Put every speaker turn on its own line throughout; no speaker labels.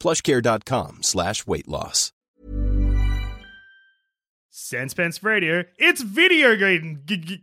plushcare.com slash weight loss.
Sans Pants Radio. It's video game. G- g-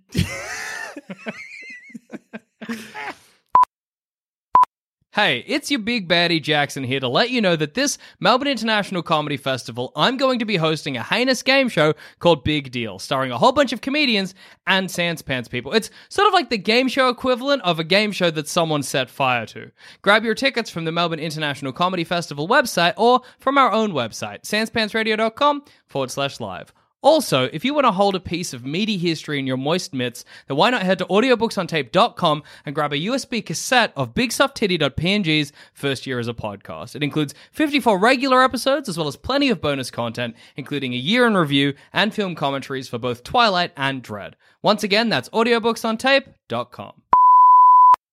Hey, it's your big baddie Jackson here to let you know that this Melbourne International Comedy Festival, I'm going to be hosting a heinous game show called Big Deal, starring a whole bunch of comedians and sans pants people. It's sort of like the game show equivalent of a game show that someone set fire to. Grab your tickets from the Melbourne International Comedy Festival website or from our own website, sanspantsradio.com forward slash live. Also, if you want to hold a piece of meaty history in your moist mitts, then why not head to audiobooksontape.com and grab a USB cassette of Big Soft Titty.png's first year as a podcast. It includes 54 regular episodes as well as plenty of bonus content, including a year in review and film commentaries for both Twilight and Dread. Once again, that's audiobooksontape.com.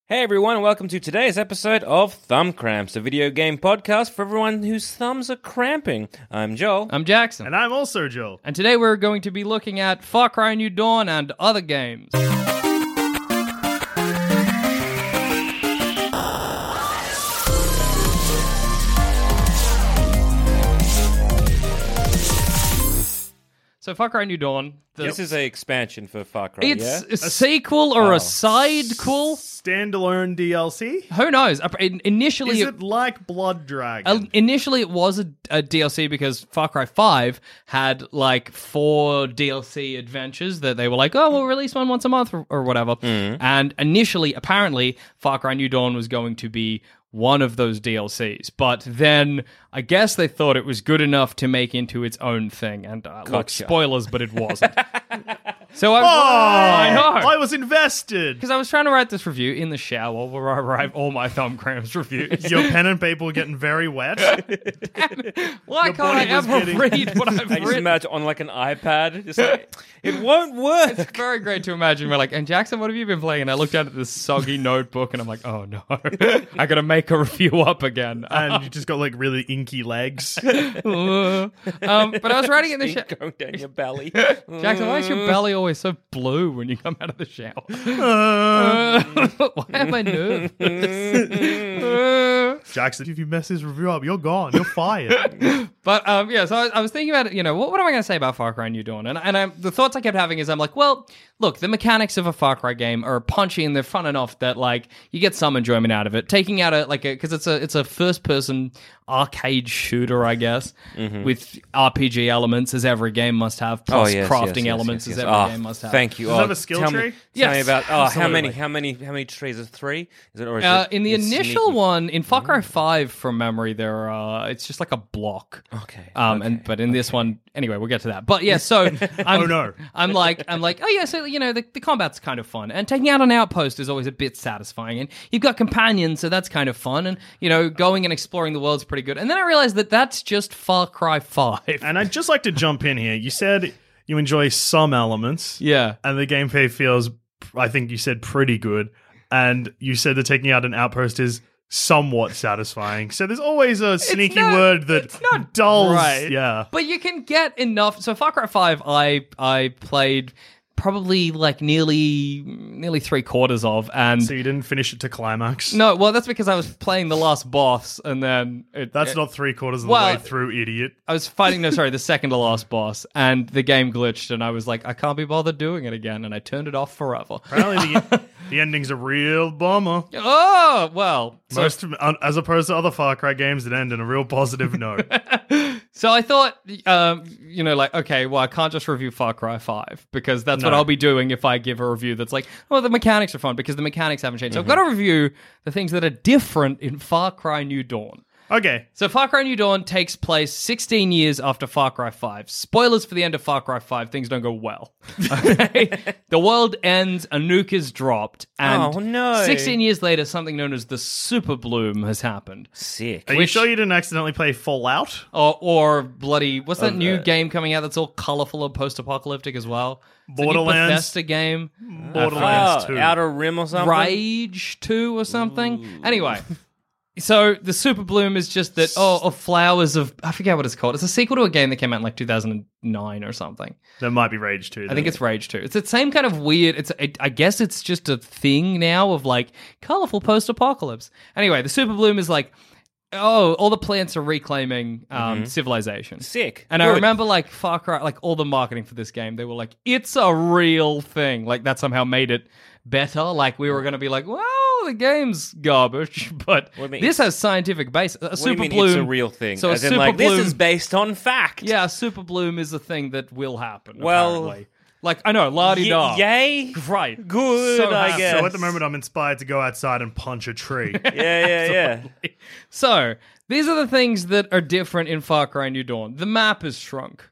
Hey everyone, and welcome to today's episode of Thumb Cramps, a video game podcast for everyone whose thumbs are cramping. I'm Joel.
I'm Jackson.
and I'm also Joel.
And today we're going to be looking at Far Cry New Dawn and other games. So Far Cry New Dawn, the,
This is an expansion for Far Cry.
it's
yeah?
a sequel or
Oh.
a sidequel?
Standalone DLC?
Who knows? Ap- in- Initially,
Is it like Blood Dragon?
Uh, initially, it was a, a DLC because Far Cry 5 had like four DLC adventures that they were like, oh, we'll release one once a month or, or whatever.
Mm-hmm.
And initially, apparently, Far Cry New Dawn was going to be one of those DLCs. But then I guess they thought it was good enough to make into its own thing. And uh, look, spoilers, but it wasn't. so I, I know.
I was invested.
because I was trying to write this review in the shower where I write all my thumb cramps reviews.
Your pen and paper were getting very wet.
Why
Your
can't I
body was
ever
getting-
read what I've
I just
written?
imagine on like an iPad. Just like, it won't work.
It's very great to imagine. We're like, and Jackson, what have you been playing? And I looked down at this soggy notebook, and I'm like, oh no, I gotta make a review up again.
and you just got like really inky legs.
um, but I was writing it in the shower.
Ink going down your belly.
Jackson, why is your belly always so blue when you come out of the shower? Uh. why am I nervous?
Jackson, if you mess this review up, you're gone. You're fired.
But um, yeah, so I, I was thinking about it. You know, what, what am I going to say about Far Cry New Dawn? And and I, the thoughts I kept having is, I'm like, well, look, the mechanics of a Far Cry game are punchy and they're fun enough that like you get some enjoyment out of it. Taking out a like a because it's a it's a first person arcade shooter, I guess,
Mm-hmm.
with RPG elements as every game must
Oh,
have, plus crafting elements as every
Ah,
game must have.
Thank you.
Does it
oh,
have a skill
tell
tree?
Me, tell me
Yes,
about oh, how many?
absolutely.
How many? How many trees? Is it three? Is it or is
Uh,
it,
in the
it's
initial
sneaky?
one in Far Cry Five, from memory, there are it's just like a block.
Okay,
Um, and but in this one, anyway, we'll get to that. But yeah, so I'm,
Oh, no.
I'm like I'm like oh yeah, so you know the, the combat's kind of fun, and taking out an outpost is always a bit satisfying, and you've got companions, so that's kind of fun, and you know going and exploring the world's pretty good. And then I realized that that's just Far Cry Five.
and I'd just like to jump in here. You said you enjoy some elements.
Yeah.
And the gameplay feels, I think you said, pretty good. And you said that taking out an outpost is somewhat satisfying. So there's always a sneaky
not-
word that
it's not
dulls.
right.
Yeah.
But you can get enough. So Far Cry Five, I I played probably like nearly nearly three quarters of, and
So you didn't finish it to climax.
no, well that's because I was playing the last boss, and then it,
That's
it-
not three quarters of
Well-
the way through, idiot.
I was fighting no, sorry, the second to last boss, and the game glitched, and I was like, I can't be bothered doing it again, and I turned it off forever.
Apparently, the, the ending's a real bummer.
Oh well, so
Most, as opposed to other Far Cry games that end in a real positive note.
So I thought, um, you know, like, okay, well, I can't just review Far Cry 5 because that's what
No.
I'll be doing if I give a review that's like, well, the mechanics are fun because the mechanics haven't changed. So I've
Mm-hmm.
got to review the things that are different in Far Cry New Dawn.
Okay.
So Far Cry New Dawn takes place 16 years after Far Cry 5. Spoilers for the end of Far Cry 5, things don't go well. Okay? the world ends, a nuke is dropped, and
Oh, no.
16 years later, something known as the Super Bloom has happened.
Sick.
Are you sure you didn't accidentally play Fallout?
Or, Oh, or bloody, what's that new game coming out that's all colourful and post-apocalyptic as well? It's a new
Borderlands?
Bethesda game.
Borderlands
Oh,
2.
Outer Rim or something?
Rage 2 or something. Anyway, so the Super Bloom is just that, oh, of Flowers of, I forget what it's called. It's a sequel to a game that came out in like 2009 or something.
There might be Rage 2.
I think it's Rage 2. It's the same kind of weird, It's it, I guess it's just a thing now of like colorful post apocalypse. Anyway, the Super Bloom is like, oh, all the plants are reclaiming um, civilization.
Mm-hmm. Sick.
And I
Good.
remember like Far Cry, like all the marketing for this game, they were like, it's a real thing. Like that somehow made it better. Like we were going to be like, well, the game's garbage, but
What do you mean
this has scientific basis. A
What do you
super
mean
bloom.
it's a real thing?
So
As
a
in,
super
like,
bloom,
this is based on fact.
Yeah, a super bloom is a thing that will happen.
Well-
apparently. like I know, la di da.
Y- yay.
Right.
Good,
So
I
happy.
guess.
So at the moment, I'm inspired to go outside and punch a tree.
Yeah, yeah, yeah.
So these are the things that are different in Far Cry New Dawn. The map is shrunk.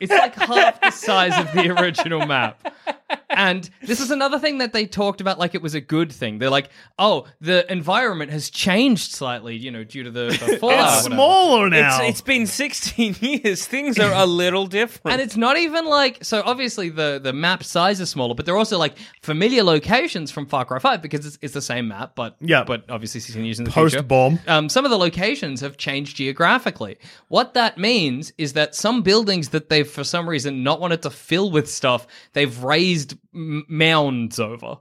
it's like half the size of the original map. And this is another thing that they talked about like it was a good thing. They're like, oh, the environment has changed slightly, you know, due to the, the fallout. or
it's
whatever.
smaller
It's,
now.
it's been 16 years. Things are a little different.
And it's not even like so. Obviously, the the map size is smaller, but they're also like familiar locations from Far Cry Five because it's, it's the same map, but
Yeah.
but obviously sixteen years in the
Post
future.
bomb.
Um, some of the locations have changed geographically. What that means is that some buildings that they've for some reason not wanted to fill with stuff, they've raised m- mounds over.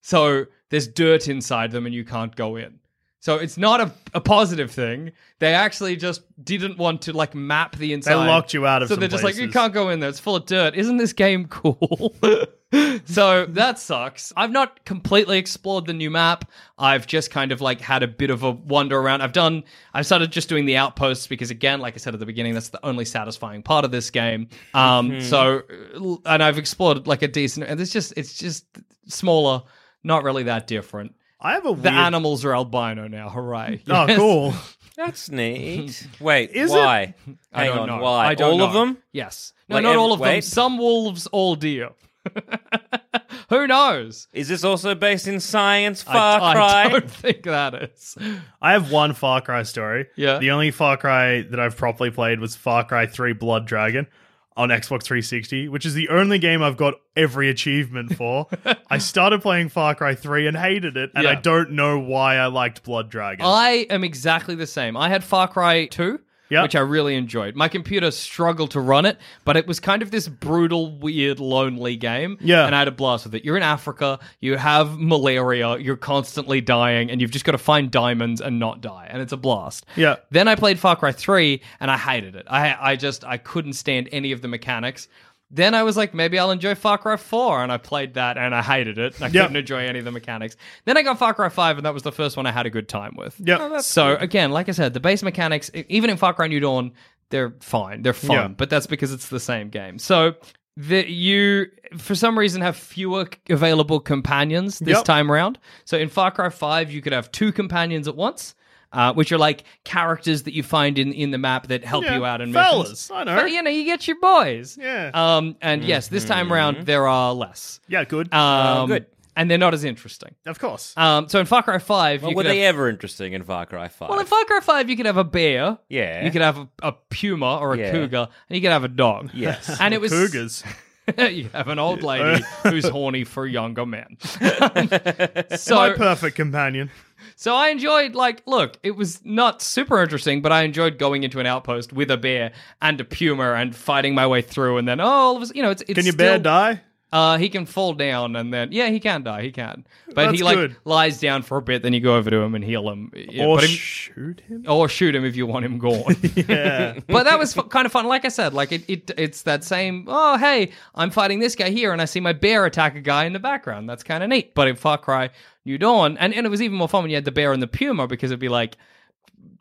So there's dirt inside them, and you can't go in. So it's not a, a positive thing. They actually just didn't want to like map the inside.
locked you out of
So
some
they're just like, you
places.
can't go in there. It's full of dirt. Isn't this game cool? so that sucks. I've not completely explored the new map. I've just kind of like had a bit of a wander around. I've done, I've started just doing the outposts because, again, like I said at the beginning, that's the only satisfying part of this game.
Hmm.
Um, so, and I've explored like a decent, and it's just, it's just smaller, not really that different.
I have a weird.
The animals are albino now. Hooray.
Oh,
Yes.
cool.
That's neat. Wait,
Is it?
why?
I
Hang
don't
on,
know.
Why?
I don't
all of
know.
them?
Yes. No,
Like
not
every-
all of them.
wait.
Some wolves, all deer. Who knows?
Is this also based in science?
I-
Far
I,
Cry.
don't think that is.
I have one Far Cry story.
Yeah.
The only Far Cry that I've properly played was Far Cry 3 Blood Dragon on Xbox 360, which is the only game I've got every achievement for. I started playing Far Cry 3 and hated it, and
Yeah.
I don't know why I liked Blood Dragon.
I am exactly the same. I had Far Cry 2,
Yeah.
which I really enjoyed. My computer struggled to run it, but it was kind of this brutal, weird, lonely game.
Yeah.
And I had a blast with it. You're in Africa, you have malaria, you're constantly dying, and you've just got to find diamonds and not die. And it's a blast.
Yeah.
Then I played Far Cry 3 and I hated it. I I just I couldn't stand any of the mechanics. Then I was like, maybe I'll enjoy Far Cry 4, and I played that and I hated it. I
Yeah.
couldn't enjoy any of the mechanics. Then I got Far Cry 5, and that was the first one I had a good time with.
Yep.
so again, like I said, the base mechanics, e- even in Far Cry New Dawn, they're fine. They're fun,
Yeah.
but that's because it's the same game. So that you, for some reason, have fewer c- available companions this
Yep.
time round. So in Far Cry 5, you could have two companions at once. Uh, which are like characters that you find in, in the map that help
Yeah,
you out in
fellas,
missions.
I know.
But, you know, you get your boys.
Yeah.
Um. And yes, this time round there are less.
yeah, good.
Um.
Oh, good.
And they're not as interesting.
of course.
Um. So in Far Cry Five,
Well,
you
were
could have-
they ever interesting in Far Cry 5?
well, in Far Cry 5, you could have a bear.
Yeah.
You could have a, a puma or a
Yeah.
cougar, and you could have a dog.
Yes.
And it was.
Cougars.
you have an old lady who's horny for a younger man. so,
My perfect companion.
so I enjoyed, like, look, it was not super interesting, but I enjoyed going into an outpost with a bear and a puma and fighting my way through, and then, oh, all of a, you know, it's. it's
Can your
still-
bear die?
Uh, he can fall down and then yeah, he can die. He can, but
That's
he like
good.
lies down for a bit. Then you go over to him and heal him, Yeah,
or
but if-
shoot him?
or shoot him if you want him gone.
Yeah.
but that was f- kind of fun. Like I said, like it, it, it's that same. Oh, hey, I'm fighting this guy here, and I see my bear attack a guy in the background. That's kind of neat. But in Far Cry New Dawn, and, and it was even more fun when you had the bear and the puma because it'd be like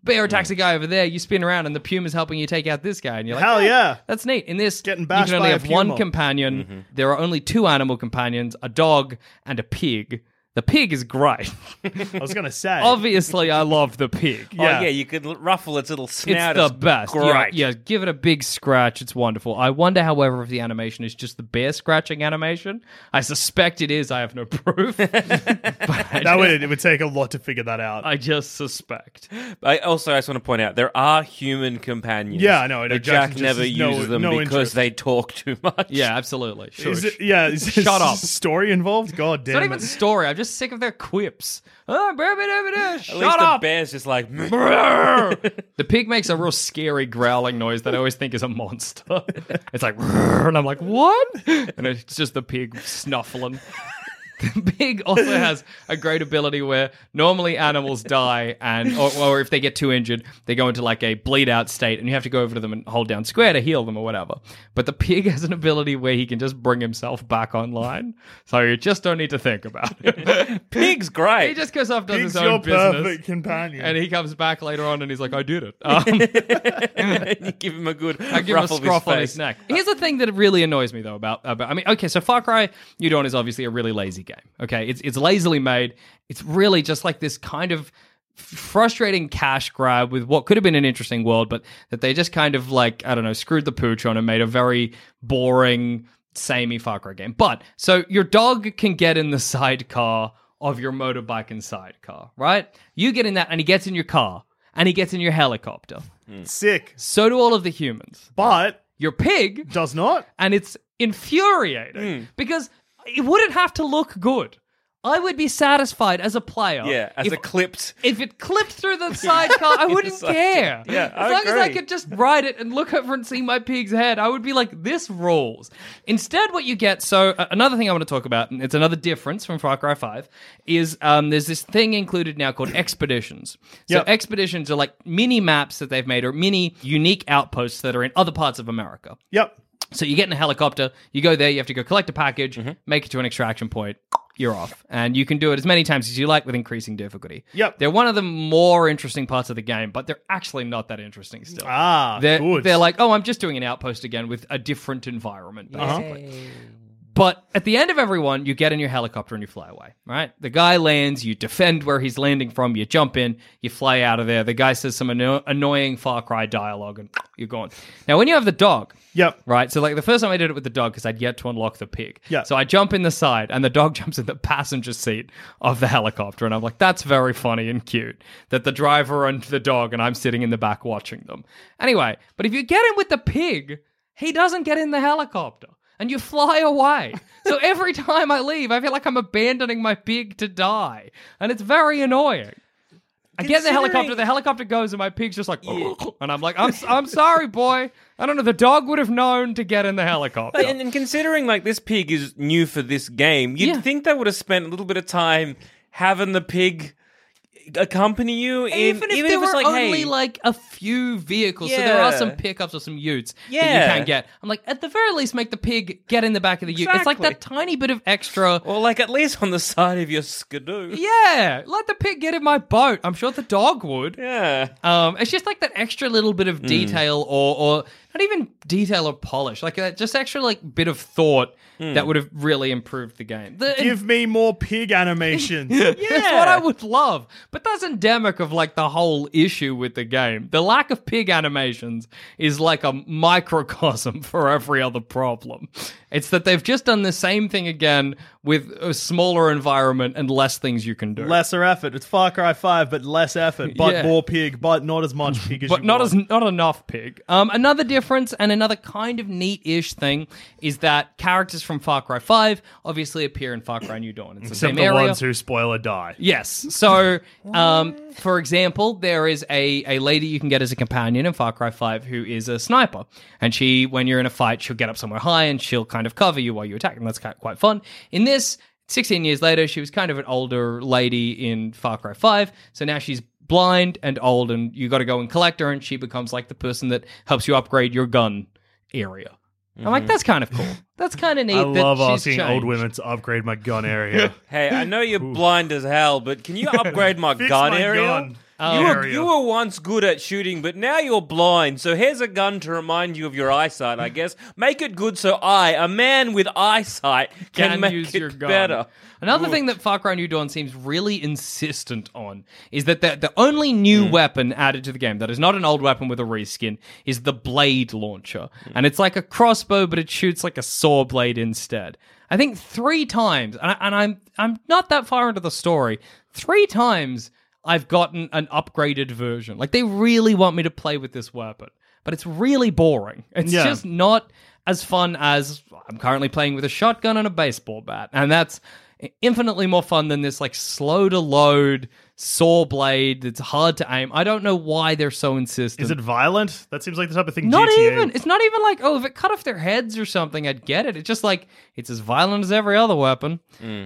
bear attacks a guy over there. You spin around, and the puma's helping you take out this guy, and you're like,
Hell yeah.
That's neat. In this,
Getting
you
bashed
can only
by a
have one
puma.
companion.
Mm-hmm.
There are only two animal companions: a dog and a pig. The pig is great.
I was going to say.
Obviously, I love the pig.
Yeah.
Oh, yeah, you could l- ruffle its little
It's
snout.
the best. Yeah,
Great.
yeah, give it a big scratch. It's wonderful. I wonder, however, if the animation is just the bear scratching animation. I suspect it is. I have no proof. but I
that
just,
would, it would take a lot to figure that out.
I just suspect.
I also I just want to point out there are human companions.
Yeah, I know, I know.
But Jack
Jackson just
never
has no-
uses them
no
because
interest.
they talk too much.
Yeah, absolutely. Sure.
is it,
it's
yeah, is this
Shut up.
Story involved? God damn
not
it.
even story. I'm just sick of their quips. Oh, blah, blah, blah, blah,
At
shut
least
up.
the bear's just like. "Mm."
the pig makes a real scary growling noise that I always think is a monster. It's like, "Rrr," and I'm like, what? And it's just the pig snuffling. The pig also has a great ability where normally animals die, and or, or if they get too injured, they go into like a bleed out state, and you have to go over to them and hold down square to heal them or whatever. But the pig has an ability where he can just bring himself back online, so you just don't need to think about it.
Pig's great.
he just goes off does
Pig's
his
your
own business.
perfect companion.
And he comes back later on and he's like, I did it. Um,
you give him a good
I give him a
ruffle of
scruff on
face.
his neck. Here's the thing that really annoys me though about, about I mean, okay, so Far Cry New Dawn is obviously a really lazy game. Okay, it's it's lazily made. It's really just like this kind of frustrating cash grab with what could have been an interesting world, but that they just kind of like I don't know screwed the pooch on and made a very boring, samey Far Cry game. But so your dog can get in the sidecar of your motorbike and sidecar, right? You get in that, and he gets in your car, and he gets in your helicopter.
Sick.
So do all of the humans.
But
Your pig
does not.
and it's infuriating
Hmm.
because it wouldn't have to look good. I would be satisfied as a player.
Yeah, as
if,
a clipped.
if it clipped through the sidecar, I wouldn't
sidecar.
care.
Yeah,
as
I
long as I
agree.
could just ride it and look over and see my pig's head, I would be like, "This rules." Instead, what you get. So uh, another thing I want to talk about, and it's another difference from Far Cry Five, is um, there's this thing included now called expeditions. So
Yep.
expeditions are like mini maps that they've made, or mini unique outposts that are in other parts of America.
Yep.
So you get in a helicopter, you go there, you have to go collect a package,
Mm-hmm.
make it to an extraction point, you're off. And you can do it as many times as you like with increasing difficulty.
Yep.
They're one of the more interesting parts of the game, but they're actually not that interesting still.
Ah,
they're,
good.
they're like, oh, I'm just doing an outpost again with a different environment,
Uh-huh.
basically. But at the end of everyone, you get in your helicopter and you fly away, right? The guy lands, you defend where he's landing from, you jump in, you fly out of there. The guy says some anno- annoying Far Cry dialogue and you're gone. Now, when you have the dog,
Yep.
Right. So like the first time I did it with the dog because I'd yet to unlock the pig.
Yeah.
So I jump in the side and the dog jumps in the passenger seat of the helicopter and I'm like, that's very funny and cute that the driver and the dog and I'm sitting in the back watching them. Anyway, but if you get in with the pig, he doesn't get in the helicopter and you fly away. so every time I leave, I feel like I'm abandoning my pig to die and it's very annoying. I get in the helicopter. The helicopter goes, and my pig's just like, and I'm like, I'm, I'm sorry, boy. I don't know. The dog would have known to get in the helicopter.
And, and considering like this pig is new for this game, you'd
Yeah.
think they would have spent a little bit of time having the pig accompany you. In,
even if there were
it's like,
only
hey,
like a few vehicles, so there are
Yeah.
some pickups or some utes that you
Yeah.
can get. I'm like, at the very least, make the pig get in the back of the ute. It's like
Exactly.
that tiny bit of extra.
or like at least on the side of your skidoo.
Yeah, let the pig get in my boat. I'm sure the dog would.
Yeah. Mm.
Um, it's just like that extra little bit of detail, or or not even detail or polish, like uh, just extra like bit of thought
Mm.
that would have really improved the game. The,
Give me more pig animations.
That's what I would love, but that's endemic of like the whole issue with the game. The lack of pig animations is like a microcosm for every other problem. It's that they've just done the same thing again with a smaller environment and less things you can do.
Lesser effort. It's Far Cry 5, but less effort. But
Yeah.
more pig, but not as much pig as
but
you
not
want.
as not enough pig. Um, another difference and another kind of neat-ish thing is that characters from Far Cry Five obviously appear in Far Cry New Dawn. It's the
Except
same
the
area.
ones who spoiler die.
Yes. So, um, for example, there is a, a lady you can get as a companion in Far Cry 5 who is a sniper. And she, when you're in a fight, she'll get up somewhere high and she'll kind of cover you while you attack. And that's ki- quite fun. In this, 16 years later, she was kind of an older lady in Far Cry 5. So now she's blind and old, and you got to go and collect her. And she becomes like the person that helps you upgrade your gun area. I'm like, that's kind of cool. That's kind of neat.
Mm-hmm. I
that
love
she's
asking old
changed.
women to upgrade my gun area.
Hey, I know you're blind as hell, but can you upgrade my
Fix
gun
my
area?
gun.
Oh,
you, were,
area.
you were once good at shooting, but now you're blind. So here's a gun to remind you of your eyesight, I guess. Make it good so I, a man with eyesight, can,
can
make
use
it
your gun.
better.
Another thing that Far Cry New Dawn seems really insistent on is that the, the only
Mm.
new weapon added to the game that is not an old weapon with a reskin is the blade launcher. And it's like a crossbow, but it shoots like a saw blade instead. I think three times, and, I, and I'm I'm not that far into the story. Three times I've gotten an upgraded version. Like they really want me to play with this weapon, but it's really boring. It's
Yeah.
just not as fun as I'm currently playing with a shotgun and a baseball bat, and that's infinitely more fun than this like slow to load saw blade that's hard to aim. I don't know why they're so insistent.
Is it violent? That seems like the type of thing.
not
GTA
even. It's not even like oh, if it cut off their heads or something, I'd get it. It's just like it's as violent as every other weapon.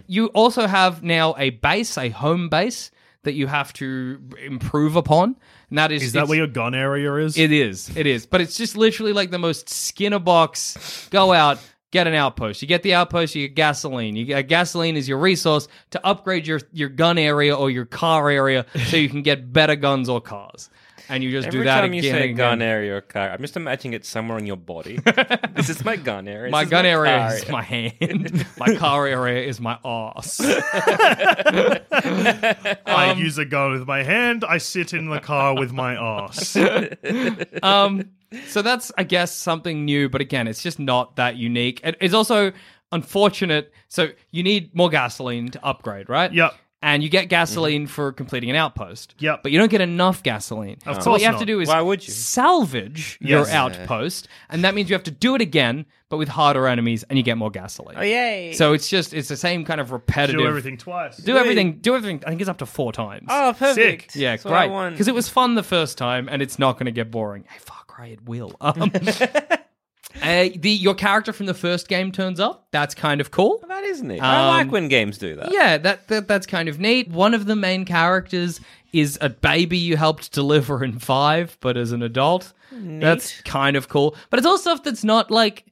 You also have now a base, a home base that you have to improve upon, and that is
Is that
it's-
where your gun area is?
it is. It is. But it's just literally like the most skinner box. Go out, get an outpost. You get the outpost, you get gasoline. You get gasoline is your resource to upgrade your your gun area or your car area so you can get better guns or cars. And you just
Every
do that
time you
again
say
and
gun
again.
area or car, I'm just imagining it somewhere on your body. this is my gun area.
My
this
gun area
car
is my hand. my car area is my ass.
I
Um,
use a gun with my hand. I sit in the car with my ass.
um, so that's, I guess, something new, but again, it's just not that unique. It- It's also unfortunate. So you need more gasoline to upgrade, right?
Yep.
And you get gasoline for completing an outpost.
Mm-hmm. Yep.
But you don't get enough gasoline.
Of
So what
course
you have
not.
to do is
Why would you?
salvage your
Yes.
outpost, and that means you have to do it again, but with harder enemies, and you get more gasoline. Oh
yay.
So it's just it's the same kind of repetitive.
Do everything twice.
Do everything. Do everything. I think it's up to four times.
Oh, perfect.
Yeah,
That's what I
great.
want.
Because it was fun the first time, and it's not going to get boring. Hey, Far Cry, it will. Um, uh, the your character from the first game turns up. That's kind of cool.
That is neat. I
Um,
like when games do that.
Yeah, that, that that's kind of neat. One of the main characters is a baby you helped deliver in five, but as an adult, that's kind of cool. But it's all stuff that's not like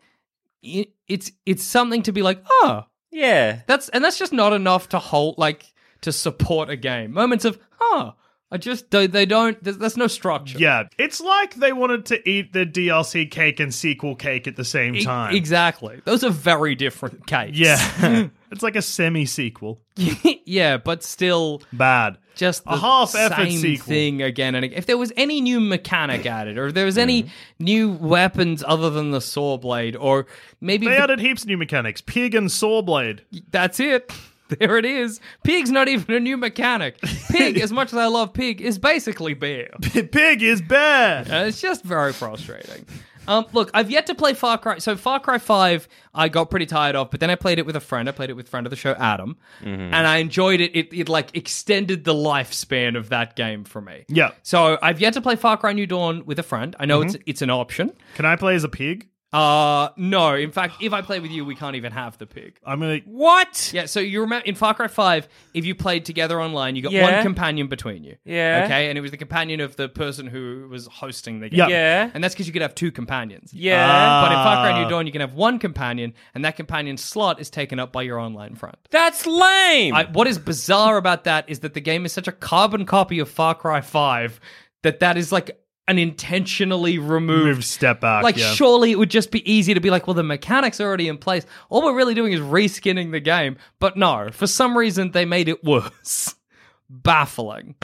i- it's it's something to be like, oh,
Yeah.
that's and that's just not enough to hold like to support a game. Moments of huh, I just they, they don't. There's, there's no structure.
Yeah, it's like they wanted to eat the DLC cake and sequel cake at the same
E-
time.
exactly. Those are very different cakes.
Yeah, it's like a semi sequel.
yeah, but still
Bad.
just the
A half-effort
same
sequel.
thing again and again. If there was any new mechanic added, or if there was any
Mm-hmm.
new weapons other than the saw blade, or maybe
They
the-
added heaps of new mechanics. Pig and saw blade.
that's it. There it is. Pig's not even a new mechanic. Pig, as much as I love pig, is basically bear.
Pig is bear.
Uh, it's just very frustrating. Um, look, I've yet to play Far Cry. So Far Cry Five, I got pretty tired of, but then I played it with a friend. I played it with friend of the show Adam, and I enjoyed it. it. It like extended the lifespan of that game for me.
Yeah.
So I've yet to play Far Cry New Dawn with a friend. I know it's it's an option.
Can I play as a pig?
Uh no. In fact, if I play with you, we can't even have the pig.
I'm gonna.
What?
Yeah, so you remember in Far Cry 5, if you played together online, you got
Yeah.
one companion between you.
Yeah.
Okay, and it was the companion of the person who was hosting the game.
Yeah.
Yeah.
And that's because you could have two companions.
Yeah.
But in Far Cry New Dawn, you can have one companion, and that companion slot is taken up by your online friend.
That's lame.
I, what is bizarre about that is that the game is such a carbon copy of Far Cry 5 that that is like an intentionally removed
Move step back.
like
yeah.
surely it would just be easy to be like well the mechanics are already in place all we're really doing is reskinning the game but no for some reason they made it worse baffling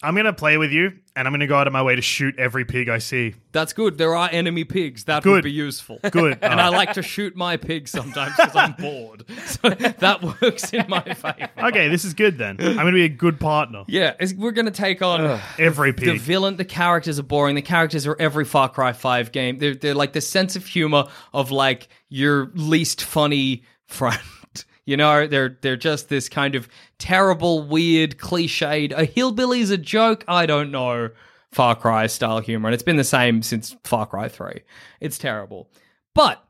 I'm gonna play with you, and I'm gonna go out of my way to shoot every pig I see.
that's good there are enemy pigs that would
Good.
be useful
Good.
and
Uh,
i like to shoot my pigs sometimes because i'm bored so that works in my favor
okay, this is good then. I'm gonna be a good partner.
yeah it's- we're gonna take on
Every
the
pig.
villain, the characters are boring. The characters are every Far Cry Five game. They're they're like the sense of humor of like your least funny friend. You know, they're they're just this kind of terrible, weird, cliched. A hillbilly's a joke. I don't know. Far Cry style humor, and it's been the same since Far Cry Three. It's terrible, but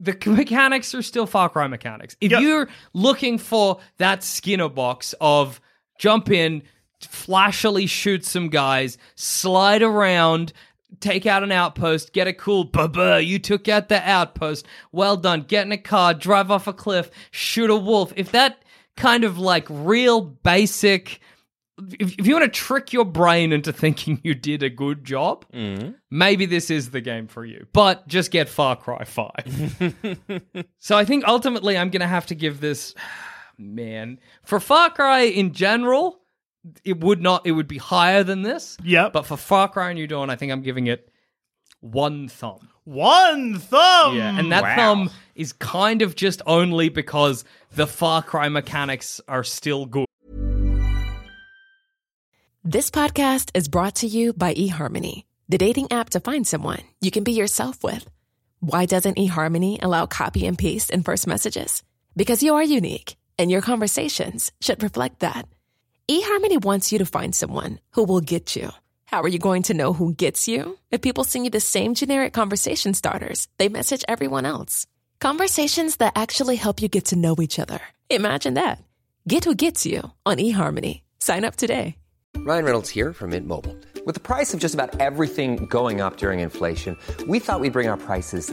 the c- mechanics are still Far Cry mechanics. If
Yep.
you're looking for that Skinner box of jump in, flashily shoot some guys, slide around, take out an outpost, get a cool baba, you took out the outpost, well done, get in a car, drive off a cliff, shoot a wolf. If that kind of like real basic if, if you want to trick your brain into thinking you did a good job, maybe this is the game for you. But just get Far Cry 5. so I think ultimately I'm going to have to give this man for Far Cry in general, it would not it would be higher than this.
Yep.
But for Far Cry New Dawn, I think I'm giving it one thumb.
One thumb.
Yeah, and that thumb is kind of just only because the Far Cry mechanics are still good.
This podcast is brought to you by eHarmony, the dating app to find someone you can be yourself with. Why doesn't eHarmony allow copy and paste in first messages? Because you are unique and your conversations should reflect that. eHarmony wants you to find someone who will get you. How are you going to know who gets you? If people send you the same generic conversation starters, they message everyone else. Conversations that actually help you get to know each other. Imagine that. Get who gets you on eHarmony. Sign up today.
Ryan Reynolds here from Mint Mobile. With the price of just about everything going up during inflation, we thought we'd bring our prices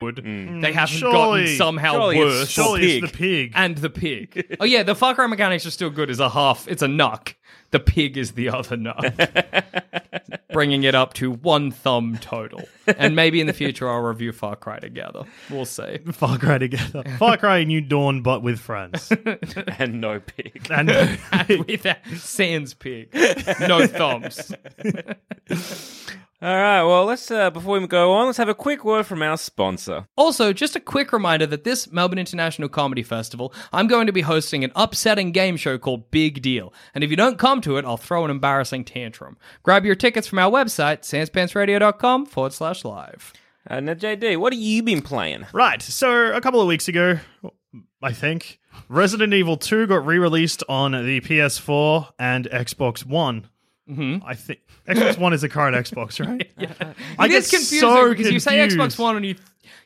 They haven't
Mm, Surely-
gotten somehow
surely it's
worse.
still
Surely it's
Pig.
the pig.
and the pig. oh yeah, the Far Cry mechanics are still good as a half. It's a knuck. The pig is the other knuck, bringing it up to one thumb total. And maybe in the future I'll review Far Cry together. We'll see.
Far Cry together. Far Cry New Dawn, but with friends.
and no pig.
And
With that sans pig, no thumbs.
All right. Well, let's uh, before we go on, let's have a quick word from our sponsor.
Also, just a quick reminder that this Melbourne International Comedy Festival, I'm going to be hosting an upsetting game show called Big Deal. And if you don't come to it, I'll throw an embarrassing tantrum. Grab your tickets from our website, sanspantsradio.com forward slash live.
Uh, now, JD, what have you been playing?
Right. So a couple of weeks ago, I think, Resident Evil 2 got re released on the PS4 and Xbox One. Mm-hmm. I think Xbox One is the current Xbox, right? I
It
get
is confusing
so
because you say Xbox
confused.
One and you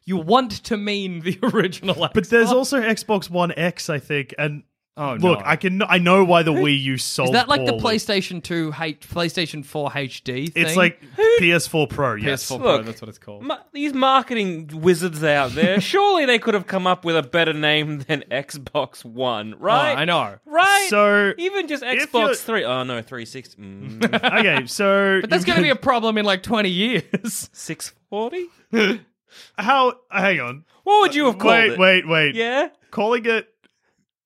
you want to mean the original Xbox.
But there's also Xbox One X, I think, and
Oh,
look,
no.
I can I know why the Wii U sold.
is that like the
poorly.
PlayStation Two, H- PlayStation Four HD? Thing?
It's like PS4 Pro. Yes,
PS4 Pro.
Look.
That's what it's called.
Ma- these marketing wizards out there, surely they could have come up with a better name than Xbox One,
Oh,
right?
I know.
Right?
So
Even just
if
Xbox
you're-
3. Oh, no, 360. Mm,
okay, so
But that's going to be a problem in like 20 years.
640?
how? Hang on.
What would you have called
Wait,
it?
wait, wait.
Yeah?
calling it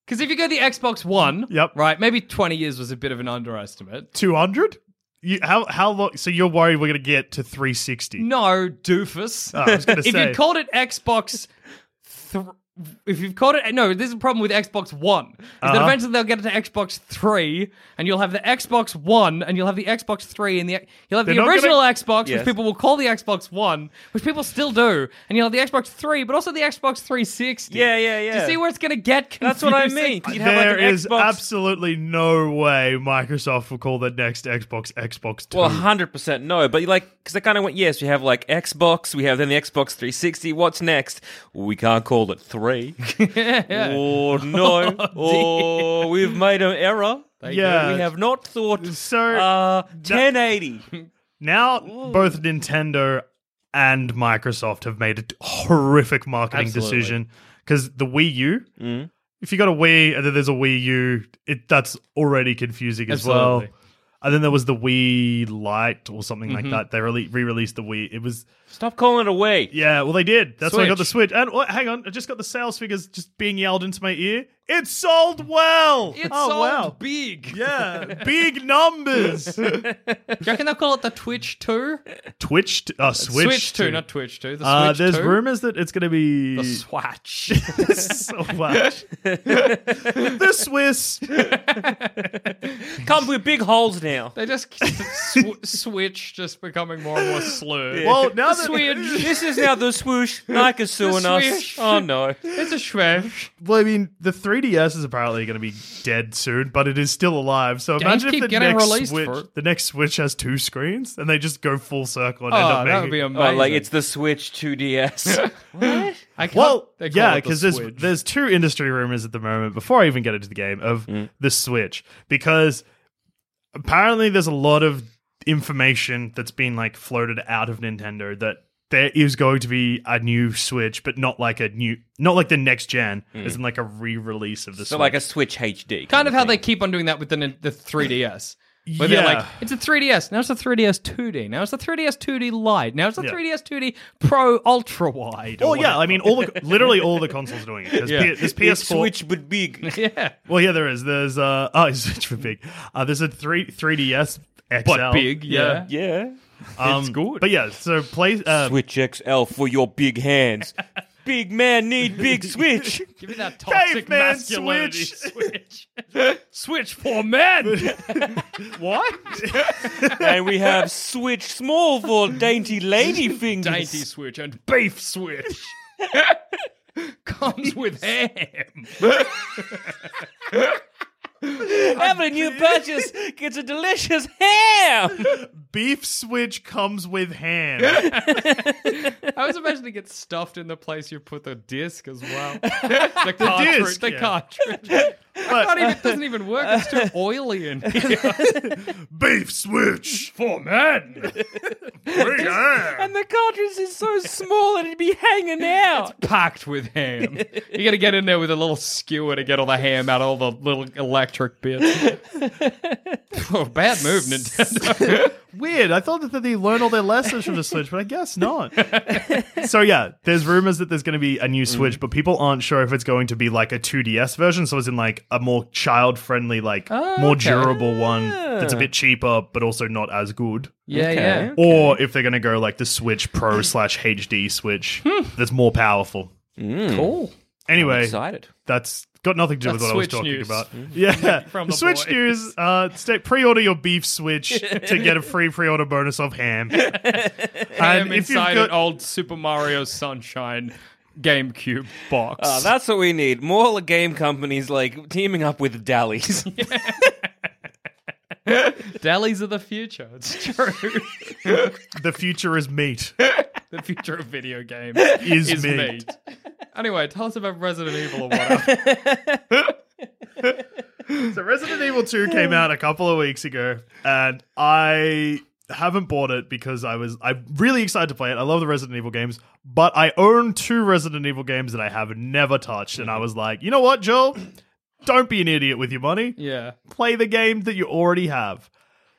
Because if you go the Xbox One,
Yep.
right, maybe 20 years was a bit of an underestimate.
200 you how how long so you're worried we're gonna get to 360
No, doofus.
Oh, I was gonna
if
say.
you called it Xbox, th- if you've called it, no, this is a problem with Xbox One. Is that
Uh-huh.
eventually they'll get it to Xbox Three, and you'll have the Xbox One, and you'll have the Xbox Three, and the you'll have
They're
the
not
original
gonna-
Xbox,
Yes.
which people will call the Xbox One, which people still do, and you'll have the Xbox Three, but also the Xbox 360.
Yeah, yeah,
Do
yeah.
you see where it's gonna get confusing?
That's what I mean. 'cause You'd have
There
like an
is
Xbox.
absolutely no way Microsoft will call the next Xbox Xbox 2.
well, 100% no, but you like, because I kind of went, yes, we have like Xbox, we have then the Xbox 360. What's next? We can't call it 3. Oh, no. oh, we've made an error.
Yeah.
We have not thought
So-
uh, 1080.
now both Nintendo and Microsoft have made a t- horrific marketing
Absolutely.
decision because the Wii U, if you got a Wii and then there's a Wii U, it that's already confusing as well.
Absolutely.
And then there was the Wii Lite or something like that. They re released the Wii. It was
Stop calling it away.
Yeah, well, they did. That's why I got the
Switch.
Switch. And oh, hang on, I just got the sales figures just being yelled into my ear. It sold well.
It's
oh,
sold
wow.
big.
yeah, big numbers.
Do you reckon they'll call it the Twitch 2?
Twitch, t- uh, Switch,
Switch 2,
to-
not Twitch 2. The
Uh,
Switch
there's
2.
rumors that it's going to be
The Swatch.
so much. the Swiss.
Come with big holes now.
they just sw- Switch just becoming more and more slurred.
Well, now
the
that
Switch.
This is now the swoosh. Nike's suing us.
swoosh.
Oh no.
It's a Schwesh.
well, I mean, the 3DS is apparently going to be dead soon, but it is still alive. So
Games
imagine
keep
if the
getting
next
released
Switch,
for it.
the next Switch has two screens, and they just go full circle and end
Oh,
up
that
making.
would be amazing.
Oh, like it's the Switch 2DS.
I can't-
well,
they call
yeah,
it the
because there's
Switch.
there's two industry rumors at the moment. Before I even get into the game of
Mm.
the Switch, because apparently there's a lot of information that's been like floated out of Nintendo that there is going to be a new Switch, but not like a new, not like the next gen,
Mm.
isn't like a re-release of the
so
Switch.
like a Switch HD.
kind of how
thing.
they keep on doing that with the, nin- the 3DS. Where they're
Yeah.
like, it's a 3DS, now it's a 3DS 2D, now it's a 3DS 2D Lite, now it's a
Yeah.
3DS 2D Pro Ultra Wide.
Oh yeah, I mean all the literally all the consoles doing it. There's,
Yeah.
P- there's
It's
PS4,
Switch but big.
yeah.
Well, yeah, there is. There's uh oh, it's Switch for big. Uh, there's a three 3ds XL,
But big, yeah.
yeah.
Um, But yeah, so play. Uh,
Switch XL for your big hands. big man need big Switch.
Give me that toxic
Caveman
masculinity switch. Switch. for men.
what?
and we have Switch small for dainty lady fingers.
Dainty switch and beef switch. Comes with ham.
Every new purchase gets a delicious ham.
Beef Switch comes with ham.
I was imagining it gets stuffed in the place you put the disc as well. The cartridge.
disc,
the
yeah.
cartridge. I can't even, it doesn't even work. It's too oily in here.
Beef Switch.
for men.
Big ham.
And the cartridge is so small that it'd be hanging out.
Packed with ham. You got to get in there with a little skewer to get all the ham out, all the little electric bits. oh, bad move, Nintendo.
Weird. I thought that they learn all their lessons from the Switch, but I guess not. so yeah, there's rumors that there's going to be a new Switch, but people aren't sure if it's going to be like a 2DS version, so it's in like a more child-friendly, like more
Oh, okay.
durable one that's a bit cheaper, but also not as good.
yeah, yeah.
Or if they're going to go like the Switch Pro slash HD Switch
Hmm.
that's more powerful. Hmm.
Cool.
Anyway,
Excited.
that's got nothing to do
That's
with what
Switch
I was talking
news. Mm-hmm.
about. Yeah,
From
the
the
Switch
boys.
news. Uh, stay, pre-order your beef Switch to get a free pre-order bonus of ham.
Ham
and if you've
inside
got,
an old Super Mario Sunshine GameCube box.
Ah,
Uh, that's what we need. More game companies like teaming up with Dallies.
Delis are the future. It's true.
the future is meat.
the future of video games
Is,
is
meat.
meat. Anyway, tell us about Resident Evil or whatever.
So Resident Evil 2 came out a couple of weeks ago, and I haven't bought it because I was I'm really excited to play it. I love the Resident Evil games, but I own two Resident Evil games that I have never touched, and I was like, you know what, Joel? Don't be an idiot with your money.
yeah.
Play the game that you already have.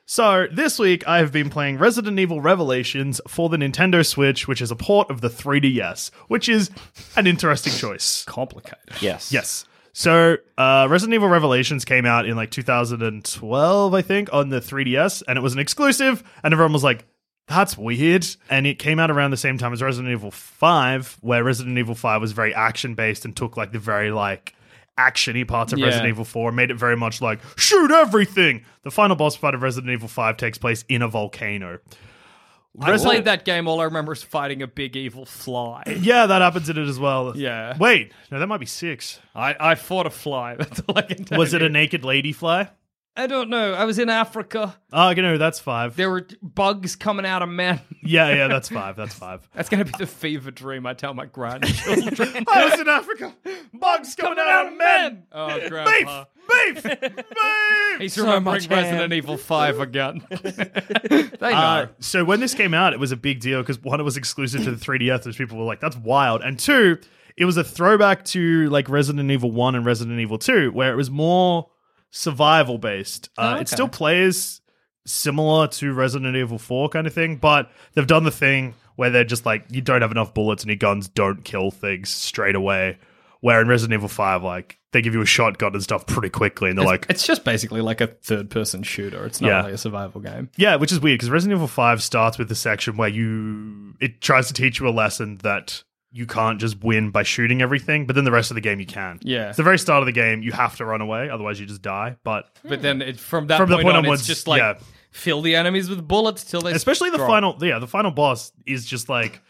So this week I have been playing Resident Evil Revelations for the Nintendo Switch, which is a port of the 3DS, which is an interesting choice.
Complicated.
Yes.
Yes. So, uh, Resident Evil Revelations came out in like 2012, I think, on the 3DS, and it was an exclusive, and everyone was like, that's weird. And it came out around the same time as Resident Evil 5, where Resident Evil 5 was very action based and took like the very like actiony parts of
Yeah.
Resident Evil 4 and made it very much like shoot everything. The final boss fight of Resident Evil 5 takes place in a volcano.
I played that game. All I remember is fighting a big evil fly.
Yeah, that happens in it as well.
Yeah.
Wait, no, that might be 6.
I, I fought a fly. That's all I can tell
Was it
you.
a naked lady fly?
I don't know. I was in Africa.
Oh, you know, that's 5.
There were bugs coming out of men.
Yeah, yeah, that's five. That's five.
That's going to be the fever dream I tell my grandchildren.
I was in Africa. Bugs coming, out, of men.
oh,
Beef,
grandpa.
beef, beef.
He's remembering
much ham.
Resident Evil 5 again. they know.
Uh, so when this came out, it was a big deal because one, it was exclusive to the 3DS, which people were like, "That's wild," and two, it was a throwback to like Resident Evil One and Resident Evil Two, where it was more survival based. Uh, It still plays similar to Resident Evil Four kind of thing, but they've done the thing where they're just like, you don't have enough bullets and your guns don't kill things straight away. Where in Resident Evil Five, like they give you a shotgun and stuff pretty quickly, and they're like,
it's just basically like a third person shooter. It's not
Yeah.
really a survival game.
Yeah, which is weird because Resident Evil 5 starts with the section where you it tries to teach you a lesson that you can't just win by shooting everything, but then the rest of the game you can.
Yeah.
It's the very start of the game, you have to run away, otherwise you just die. But
But then it, from that
From the
point,
point
on,
onwards,
it's just like
yeah.
fill the enemies with bullets till they
especially the
drop.
final yeah, the final boss is just like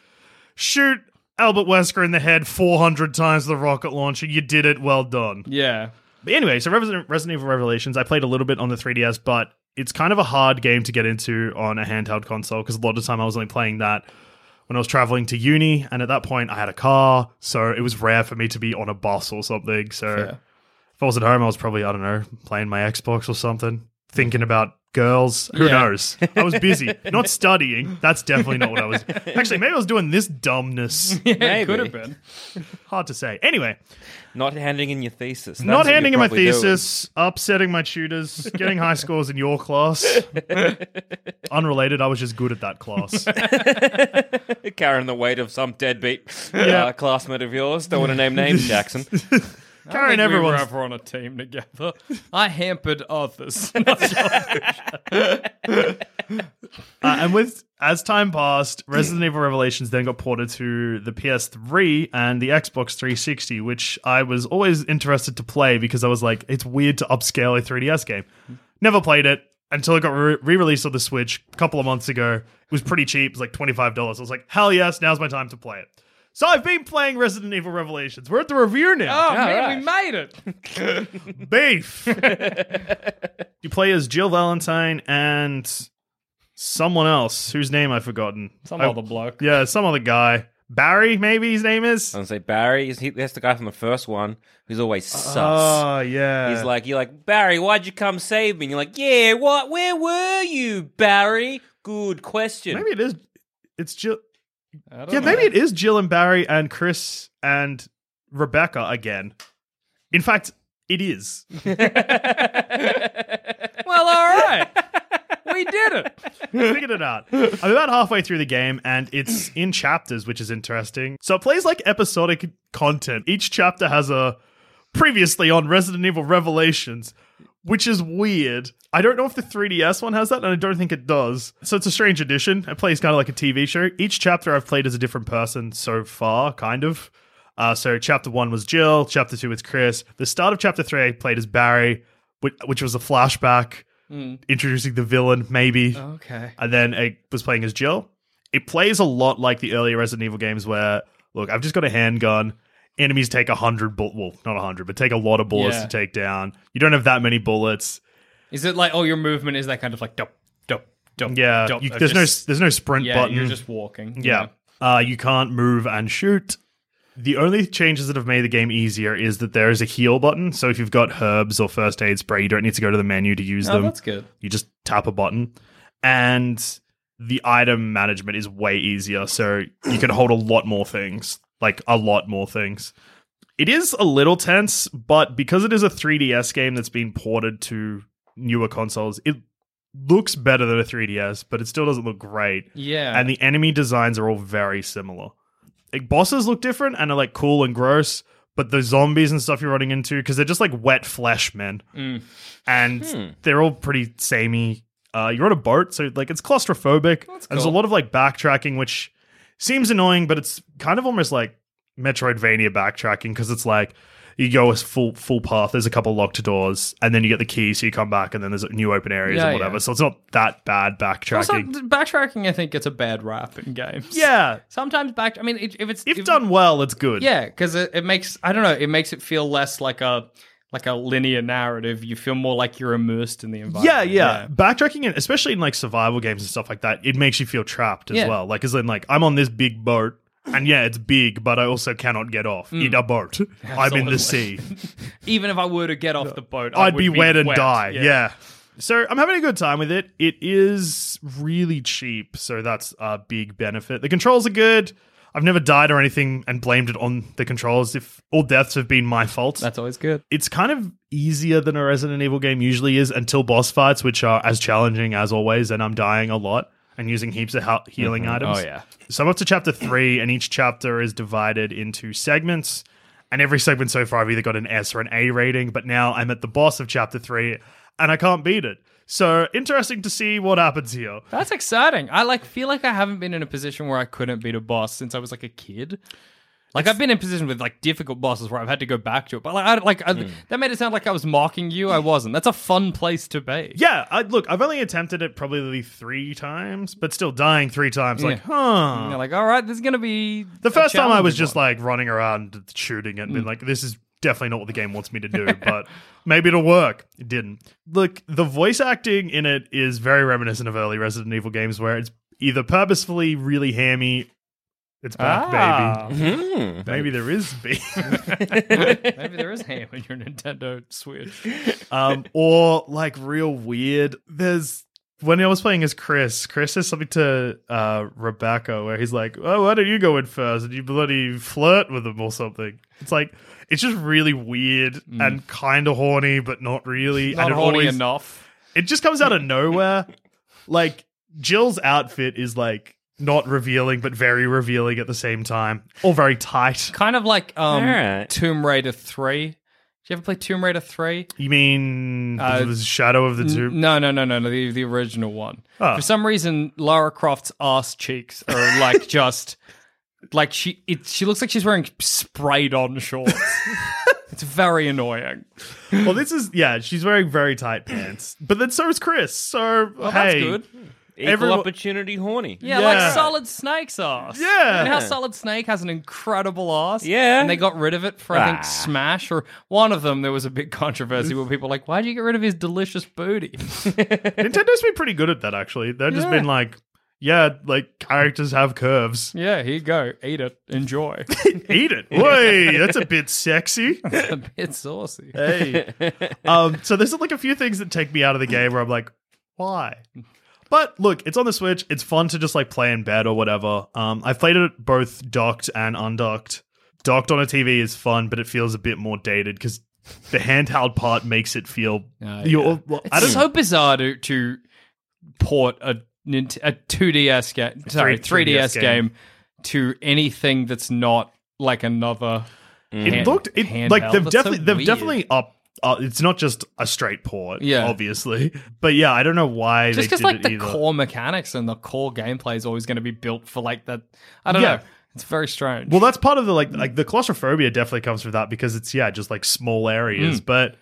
shoot Albert Wesker in the head 400 times with a rocket launcher. You did it. Well done.
Yeah,
But anyway, so Resident, Resident Evil Revelations, I played a little bit on the 3DS, but it's kind of a hard game to get into on a handheld console because a lot of the time I was only playing that when I was traveling to uni, and at that point I had a car, so it was rare for me to be on a bus or something. So
Fair.
if I was at home, I was probably I don't know playing my Xbox or something, thinking about girls. Who
Yeah.
knows? I was busy, not studying. That's definitely not what I was. Actually, maybe I was doing this dumbness.
it could
Maybe.
have been.
Hard to say. Anyway,
Not handing in your thesis. That's what
not handing in
you're
my
probably
thesis, upsetting my tutors, getting high scores in your class. Unrelated, I was just good at that class.
doing. Carrying the weight of some deadbeat
Yeah.
uh, classmate of yours. Don't want to name names, Jackson.
Carrying everyone.
We were ever on a team together. I hampered others. Oh,
Uh, and with as time passed, Resident Evil Revelations then got ported to the PS3 and the Xbox 360, which I was always interested to play because I was like, it's weird to upscale a 3DS game. Never played it until it got re released on the Switch a couple of months ago. It was pretty cheap, it was like $25. I was like, hell yes, now's my time to play it. So I've been playing Resident Evil Revelations. We're at the review now.
oh man, we made it.
Beef! you play as Jill Valentine and someone else whose name I've forgotten.
Some
I-
other bloke.
yeah, some other guy. Barry, maybe his name is.
I'm gonna say Barry. Is he, that's the guy from the first one who's always sus.
Oh.
Ah,
yeah.
He's like, you're like Barry. Why'd you come save me? And you're like, yeah. What? Where were you, Barry? Good question.
maybe it is. It's Jill.
I don't
Yeah,
know.
maybe it is Jill and Barry and Chris and Rebecca again. In fact, it is.
Well, all right. we did it.
Figured it out. I'm about halfway through the game and it's in chapters, which is interesting. So it plays like episodic content. Each chapter has a previously on Resident Evil Revelations, which is weird. I don't know if the 3DS one has that, and I don't think it does. So it's a strange addition. It plays kind of like a TV show. Each chapter I've played as a different person so far, kind of. Uh, so chapter one was Jill, chapter two was Chris. The start of chapter three I played as Barry, which, which was a flashback introducing the villain, maybe
Oh. Okay.
and then it was playing as Jill. It plays a lot like the earlier Resident Evil games where, look, I've just got a handgun. Enemies take a hundred bull, well, not a hundred, but take a lot of bullets
Yeah.
to take down. You don't have that many bullets.
Is it like all your movement is that kind of like dup dup dup?
Yeah,
dup,
you-
of
there's
just-
no there's no sprint
yeah.
button.
You're just walking.
yeah, Uh, you can't move and shoot. The only changes that have made the game easier is that there is a heal button. So if you've got herbs or first aid spray, you don't need to go to the menu to use
Oh,
them.
that's good.
You just tap a button, and the item management is way easier. So you can hold a lot more things, like a lot more things. It is a little tense, but because it is a 3DS game that's been ported to newer consoles, it looks better than a 3DS, but it still doesn't look great.
Yeah.
And the enemy designs are all very similar. Like, bosses look different and are like cool and gross, but the zombies and stuff you're running into, because they're just like wet flesh men
Mm.
and
Hmm.
they're all pretty samey. Uh, you're on a boat, so like it's claustrophobic. And There's a
cool.
lot of like backtracking, which seems annoying, but it's kind of almost like Metroidvania backtracking because it's like you go a full full path. There's a couple locked doors, and then you get the key, so you come back, and then there's new open areas
Yeah,
and whatever.
yeah.
So it's not that bad
also,
backtracking.
th- backtracking, I think, gets a bad rap in games.
yeah,
Sometimes back. I mean, it, if it's
if, done well, it's good.
Yeah, because it, it makes I don't know. It makes it feel less like a like a linear narrative. You feel more like you're immersed in the environment.
Yeah, yeah. Backtracking, and especially in like survival games and stuff like that, it makes you feel trapped as
Yeah.
well. Like, as in, like, I'm on this big boat, and yeah, it's big, but I also cannot get off in a boat. I'm in
Mm. Absolutely.
the sea.
Even if I were to get off the boat, I
I'd
would
be, wet and die.
Yeah.
Yeah. So I'm having a good time with it. It is really cheap, so that's a big benefit. The controls are good. I've never died or anything and blamed it on the controls. If all deaths have been my fault,
that's always good.
it's kind of easier than a Resident Evil game usually is until boss fights, which are as challenging as always, and I'm dying a lot and using heaps of hel- healing items.
Mm-hmm. Oh, yeah.
So I'm up to chapter three, and each chapter is divided into segments. And every segment so far, I've either got an S or an A rating, but now I'm at the boss of chapter three and I can't beat it. So interesting to see what happens here.
That's exciting. I like feel like I haven't been in a position where I couldn't beat a boss since I was like a kid. Like I've been in positions with like difficult bosses where I've had to go back to it, but like, I, like
Hmm.
I, that made it sound like I was mocking you. I wasn't. That's a fun place to be.
Yeah, I, look, I've only attempted it probably three times, but still dying three times. Like, huh.
You're like, all right, this is gonna be
The
a
first time I was
challenging
just
one."
like running around shooting it and being like, this is definitely not what the game wants me to do, but maybe it'll work. It didn't. Look, the voice acting in it is very reminiscent of early Resident Evil games where it's either purposefully really hammy, it's back,
Ah.
baby.
Hmm.
Maybe there is beef.
maybe there is ham in your Nintendo Switch.
um, or like real weird. There's when I was playing as Chris, Chris says something to uh, Rebecca where he's like, "Oh, why don't you go in first? And you bloody flirt with him or something." It's like it's just really weird and kind of horny, but not really.
Mm. Not
and it
horny
always-
enough.
It just comes out of nowhere. like Jill's outfit is like not revealing, but very revealing at the same time, or very tight.
Kind of like um,
Alright.
Tomb Raider Three. Did you ever play Tomb Raider Three?
You mean
Uh,
the shadow of the
N-
tomb?
No, no, no, no, no. The, the original one.
Ah.
For some reason, Lara Croft's ass cheeks are like just like she. It, she looks like she's wearing sprayed-on shorts. it's very annoying.
Well, this is yeah. She's wearing very tight pants, but then so is Chris. So
that's
hey,
good.
Equal
Everyone-
opportunity horny.
Yeah,
Yeah.
like Solid Snake's ass.
Yeah.
You know how Solid Snake has an incredible ass?
Yeah.
And they got rid of it for, I think, Smash or one of them. There was a big controversy where people were like, why'd you get rid of his delicious booty?
Nintendo's been pretty good at that actually. They've just
Yeah.
been like, yeah, like characters have curves.
yeah, here you go. Eat it. Enjoy.
Eat it. Wait, that's a bit sexy.
a bit saucy.
Hey. Um, so there's like a few things that take me out of the game where I'm like, why? But look, it's on the Switch. It's fun to just like play in bed or whatever. Um, I've played it both docked and undocked. Docked on a TV is fun, but it feels a bit more dated because the handheld part makes it feel.
Oh,
you're, well, I don't
It's so bizarre to, to port a, Nint- a 2DS game, sorry,
3
3DS,
3DS
game.
game.
to anything that's not like another.
It
hand-
looked it, like
handheld.
they've
That's so
definitely they've
weird.
definitely up. Uh, it's not just a straight port,
Yeah.
obviously. But yeah, I don't know why
Just
they
because
did
like
it
the
either.
core mechanics and the core gameplay is always going to be built for like that. I don't
Yeah.
know. It's very strange.
Well, that's part of the like like the claustrophobia definitely comes from that because it's yeah, just like small areas.
Mm.
But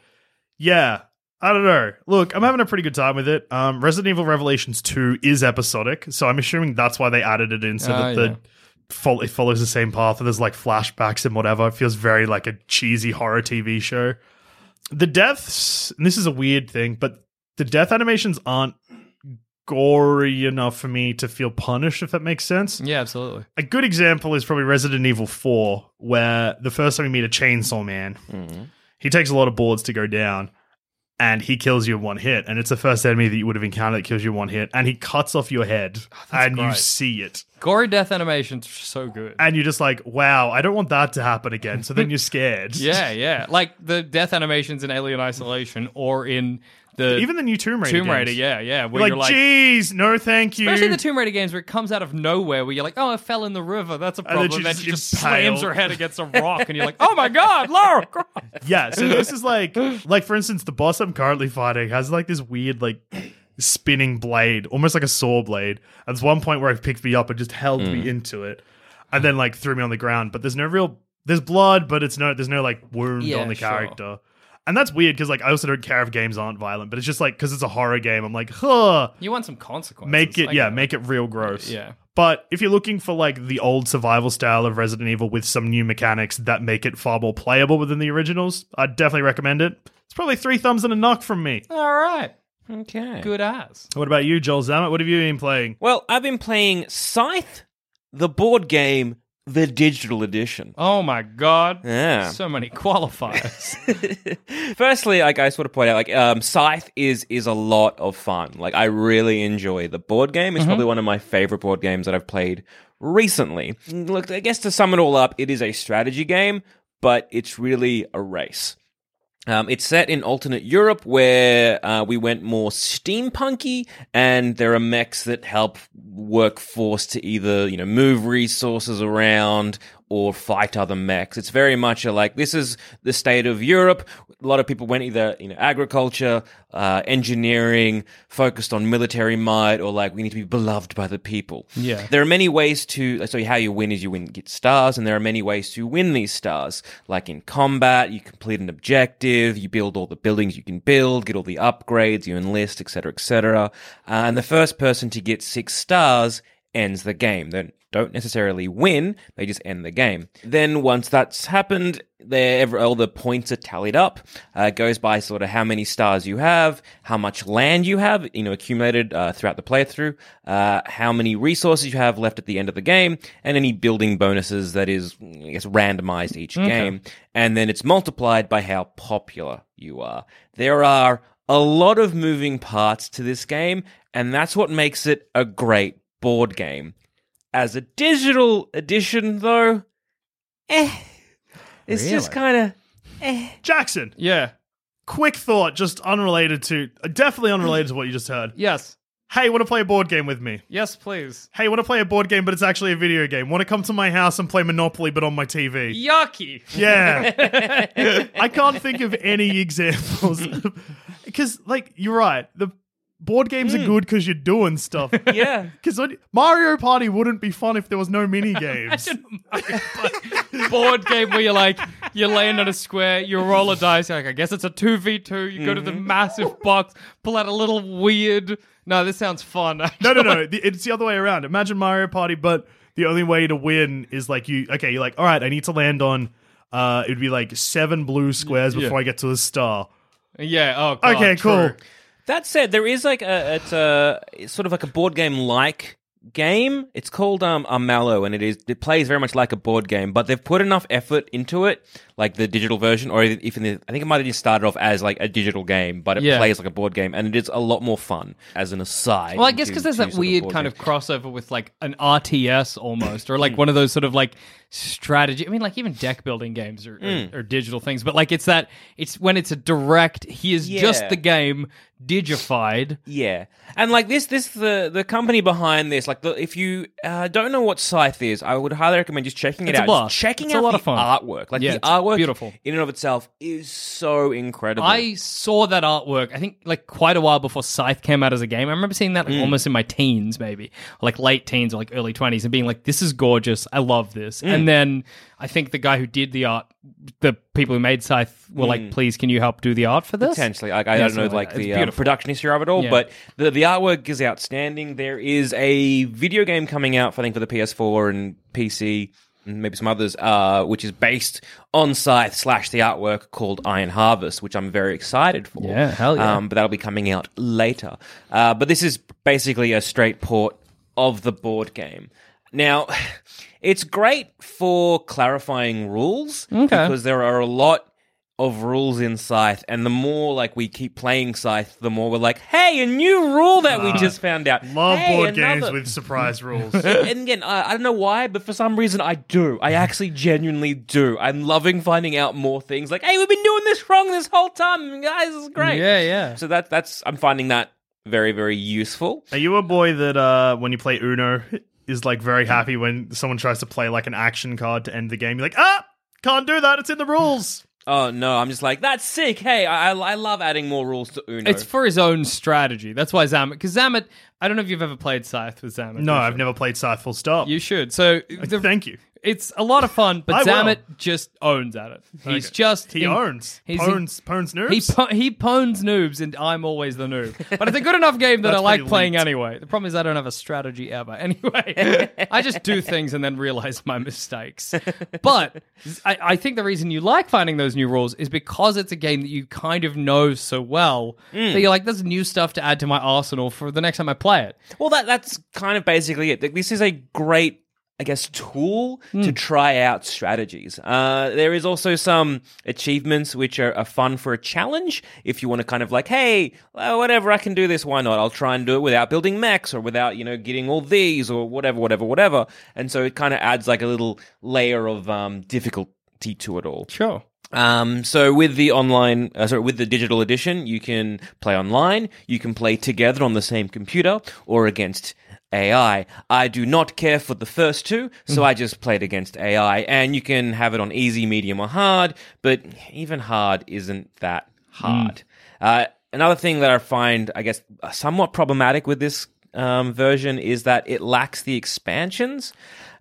yeah, I don't know. Look, I'm having a pretty good time with it. Um, Resident Evil Revelations Two is episodic, so I'm assuming that's why they added it in so
Ah,
that the
yeah.
fol- it follows the same path. And there's like flashbacks and whatever. It feels very like a cheesy horror TV show. The deaths, and this is a weird thing, but the death animations aren't gory enough for me to feel punished, if that makes sense
yeah, absolutely.
a good example is probably Resident Evil 4, where the first time you meet a chainsaw man,
Mm-hmm.
he takes a lot of boards to go down and he kills you in one hit. And it's the first enemy that you would have encountered that kills you in one hit. And he cuts off your head and you
Oh, great.
see it.
Gory death animation's so good.
And you're just like, wow, I don't want that to happen again. So then you're scared.
yeah, yeah. Like the death animations in Alien Isolation or in the
Even the new Tomb Raider.
Tomb Raider.
games.
Yeah, yeah. Where
You're
you're
like,
like,
geez, no thank you.
Especially the Tomb Raider games where it comes out of nowhere, where you're like, "Oh, I fell in the river. That's a
then
problem." And
she
then
just
she just
impaled.
slams her head against a rock, and you're like, "Oh my god, Laura!" Croft."
yeah so this is like like for instance the boss i'm currently fighting has like this weird like spinning blade almost like a saw blade and there's one point where it picked me up and just held
Hmm.
me into it and then like threw me on the ground but there's no real there's blood but it's no there's no like wound
Yeah,
on the
sure.
character and that's weird because like i also don't care if games aren't violent but it's just like because it's a horror game i'm like huh
You want some consequences?
make it
I
yeah
get
make it real gross
Yeah.
but if you're looking for like the old survival style of resident evil with some new mechanics that make it far more playable within the originals i'd definitely recommend it it's probably three thumbs and a knock from me
All right,
Okay.
good ass.
what about you joel zammit what have you been playing
Well, I've been playing Scythe, the board game, the digital edition.
Oh my god,
Yeah.
so many qualifiers.
Firstly, like I just want to point out, like um, Scythe is is a lot of fun. Like I really enjoy the board game. It's probably one of my favorite board games that I've played recently. Look, I guess to sum it all up, it is a strategy game, but it's really a race. Um, it's set in alternate Europe where uh, we went more steampunky, and there are mechs that help workforce to either you know move resources around or fight other mechs. It's very much a, like this is the state of Europe. A lot of people went either you know agriculture, uh, engineering, focused on military might, or like we need to be beloved by the people.
Yeah.
there are many ways to. So how you win is you win get stars, and there are many ways to win these stars. Like in combat, you complete an objective, you build all the buildings you can build, get all the upgrades, you enlist, etc., etc. Uh, and the first person to get six stars ends the game. They don't necessarily win, they just end the game. Then once that's happened, there ev- all the points are tallied up. Uh, it goes by sort of how many stars you have, how much land you have, you know, accumulated uh, throughout the playthrough, uh, how many resources you have left at the end of the game, and any building bonuses that is, I guess, randomized each game. And then it's multiplied by how popular you are. There are a lot of moving parts to this game, and that's what makes it a great board game. As a digital edition, though, eh, it's just kind of
Jackson,
Yeah.
quick thought, just unrelated to, definitely unrelated to what you just heard.
Yes.
Hey, want to play a board game with me?
Yes, please.
Hey, want to play a board game, but it's actually a video game? Want to come to my house and play Monopoly, but on my TV?
Yucky.
Yeah. I can't think of any examples. Because, like, you're right. The board games are good because you're doing stuff.
Hmm. yeah.
Because Mario Party wouldn't be fun if there was no mini games.
board game where you're like you land on a square, you roll a dice. You're like I guess it's a two v two. You go to
Mm-hmm.
the massive box, pull out a little weird. No, this sounds fun.
No, no, no. The- It's the other way around. Imagine Mario Party, but the only way to win is like you. Okay, you're like, all right, I need to land on. Uh, it'd be like seven blue squares before I get to the star.
yeah. Oh. God,
Okay, cool.
true.
That said, there is like a it's a it's sort of like a board game like game. It's called um Amallo, and it is it plays very much like a board game, but they've put enough effort into it, like the digital version, or even the, I think it might have just started off as like a digital game, but it
Yeah.
plays like a board game, and it is a lot more fun as an aside.
Well, I guess
to-
because there's
to
that
sort
weird
board
kind
game.
of crossover with like an RTS almost, or like one of those sort of like strategy. I mean, like even deck building games are, are-
Mm.
are, digital things, but like it's that it's when it's a direct. He is just
Yeah.
the game digified.
Yeah, and like this, this the the company behind this. Like, the, if you uh, don't know what Scythe is, I would highly recommend just checking it
It's a
out.
blast.
Just checking
It's a
out
lot
the
of fun.
artwork. Like
Yeah,
the
it's
artwork,
beautiful.
in and of itself, is so incredible.
I saw that artwork. I think like quite a while before Scythe came out as a game. I remember seeing that
Mm.
like, almost in my teens, maybe like late teens or like early twenties, and being like, "This is gorgeous. I love this."
Mm.
And then I think the guy who did the art, the people who made Scythe, were like, "Please, can you help do the art for this?"
Mm. Potentially, like I
Yeah,
don't know,
something like
like
that.
the
It's
uh,
beautiful.
production history of it all,
Yeah.
but the the artwork is outstanding. There is a video game coming out, I think, for the PS4 and PC, and maybe some others, uh, which is based on Scythe slash the artwork called Iron Harvest, which I'm very excited for.
Yeah, hell yeah.
Um, but that'll be coming out later. Uh, but this is basically a straight port of the board game. Now, it's great for clarifying rules because there are a lot of rules in Scythe, and the more like we keep playing Scythe, the more we're like, "Hey, a new rule that we just found out."
Ah, Love
Hey,
board games
another-
with surprise rules.
and again, I, I don't know why, but for some reason, I do. I actually genuinely do. I'm loving finding out more things. Like, hey, we've been doing this wrong this whole time, guys. This is great.
Yeah, yeah.
So that that's I'm finding that very very useful.
Are you a boy that uh, when you play Uno is like very happy when someone tries to play like an action card to end the game? You're like, ah, can't do that. It's in the rules.
Oh no, I'm just like that's sick. Hey, I I, I love adding more rules to Uno.
It's for his own strategy. That's why Zamet. Because Zamet, I don't know if you've ever played Scythe with Zamet.
No,
You
I've
should.
never played Scythe. Full stop.
You should. So the-
Thank you.
It's a lot of fun, but
I will.
Zamet just owns at it. He's
Okay.
just
He
in-
owns.
he's in-
Pones. Pones noobs.
He po- he pones noobs, and I'm always the noob. But it's a good enough game that I
That's
like
pretty
playing
linked.
anyway. The problem is I don't have a strategy ever. Anyway, I just do things and then realize my mistakes. But I, I think the reason you like finding those new rules is because it's a game that you kind of know so well
Hmm.
that you're like, there's new stuff to add to my arsenal for the next time I play it.
Well, that that's kind of basically it. Like, This is a great, I guess, tool to try out strategies. Uh, there is also some achievements which are, are fun for a challenge. If you want to kind of like, hey, well, whatever, I can do this. Why not? I'll try and do it without building mechs or without you know getting all these or whatever, whatever, whatever. And so it kind of adds like a little layer of um, difficulty to it all.
Sure.
Um, so with the online, uh, sorry, with the digital edition, you can play online, you can play together on the same computer or against AI. I do not care for the first two, so I just played against AI, and you can have it on easy, medium, or hard. But even hard isn't that hard. Uh, another thing that I find, I guess, somewhat problematic with this um, version is that it lacks the expansions.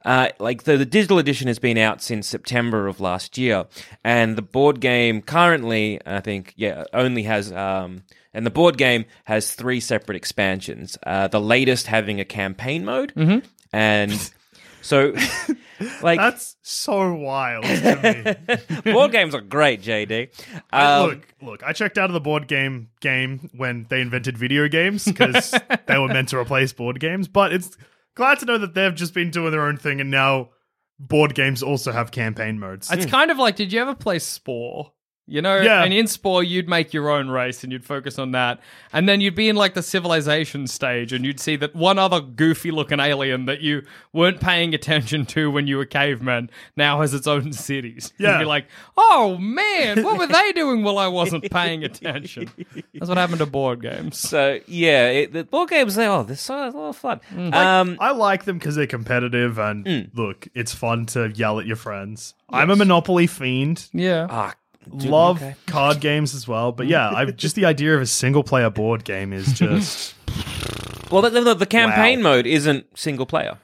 Uh, like the, the digital edition has been out since September of last year, and the board game currently, I think, yeah, only has. Um, and the board game has three separate expansions. Uh, the latest having a campaign mode,
Mm-hmm.
and so, like,
That's so wild to me.
board games are great, Um, JD.
look, look, I checked out of the board game game when they invented video games because they were meant to replace board games. But it's glad to know that they've just been doing their own thing and now board games also have campaign modes.
Hmm.
It's kind of like, did you ever play Spore? You know,
Yeah.
and in Spore, you'd make your own race and you'd focus on that. And then you'd be in like the civilization stage and you'd see that one other goofy looking alien that you weren't paying attention to when you were cavemen now has its own cities.
Yeah.
You'd be like, oh man, what were they doing while I wasn't paying attention? That's what happened to board games.
so yeah, it, the board games they oh, they're so a lot of fun.
Mm.
Um,
I like them because they're competitive and
Hmm.
look, it's fun to yell at your friends. I'm a Monopoly fiend.
Yeah.
ah, dude,
Love
okay.
card games as well, but yeah, I just the idea of a single player board game is just
Well, the, the, the campaign mode isn't single player.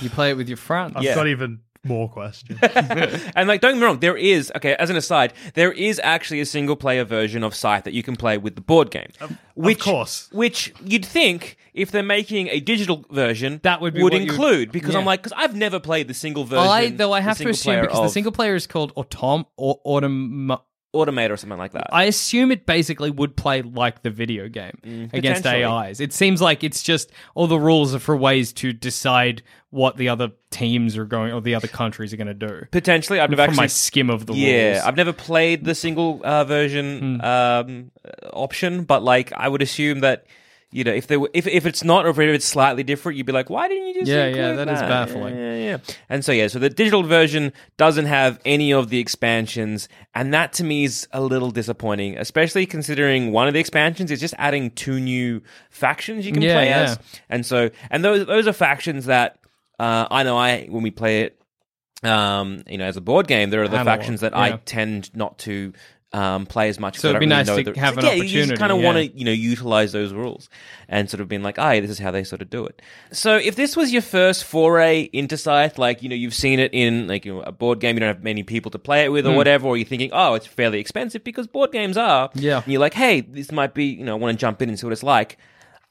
You play it with your friends.
I've got even more questions.
And like, don't get me wrong, there is okay. As an aside, there is actually a single player version of Scythe that you can play with the board game. which,
course.
which you'd think if they're making a digital version,
That would be
would
what you would-
include because
yeah.
I'm like, because I've never played the single version.
I, though I
the
have to
single
assume
player
because the
of
single player is called Autom or Autom.
Automator or something like that.
I assume it basically would play like the video game against
Mm, potentially.
AIs. It seems like it's just all the rules are for ways to decide what the other teams are going or the other countries are going to do.
Potentially, I've never
From
actually
my skim of the
yeah,
rules. Hmm.
I've never played the single uh, version um, uh, option, but like I would assume that you know if they were, if if it's not or if it's slightly different, you'd be like, why didn't you just
Yeah,
include
yeah, that
that
is baffling.
Yeah, yeah, yeah. And so yeah, so the digital version doesn't have any of the expansions, and that to me is a little disappointing, especially considering one of the expansions is just adding two new factions you can
Yeah,
play
yeah.
as, and so and those those are factions that uh, I know I when we play it um, you know, as a board game, there are the
Analog,
factions that
yeah.
I tend not to um, play as much.
So it'd be nice to have an
You just
opportunity,
kind of want
yeah.
to, you know, utilize those rules and sort of being like, "Aye, this is how they sort of do it." So if this was your first foray into Scythe, like you know, you've seen it in like you know, a board game, you don't have many people to play it with or
Hmm.
whatever, or you're thinking, "Oh, it's fairly expensive," because board games are.
Yeah.
And you're like, "Hey, this might be," you know, I want to jump in and see what it's like.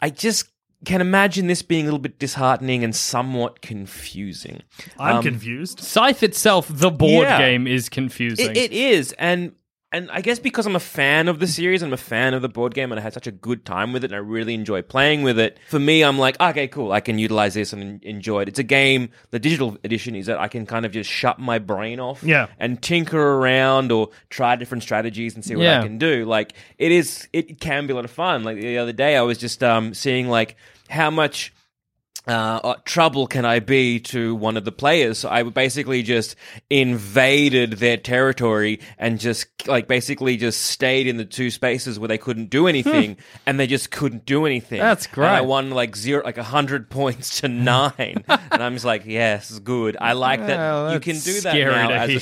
I just can imagine this being a little bit disheartening and somewhat confusing.
Um,
I'm confused.
Scythe itself, the board
Yeah.
game, is confusing.
It, it is, and and I guess because I'm a fan of the series, I'm a fan of the board game, and I had such a good time with it, and I really enjoy playing with it. For me, I'm like, okay, cool, I can utilize this and en- enjoy it. It's a game. The digital edition is that I can kind of just shut my brain off,
Yeah.
and tinker around or try different strategies and see what
Yeah.
I can do. Like it is, it can be a lot of fun. Like the other day, I was just um seeing like how much uh, uh, trouble can I be to one of the players? So I basically just invaded their territory and just like basically just stayed in the two spaces where they couldn't do anything, and they just couldn't do anything.
Hmm. That's
And I
great.
won like zero, like a hundred points to nine, and I'm just like, yes, good. I like that
Well,
you can
that's
do that
scary
now
to
as
hear.
a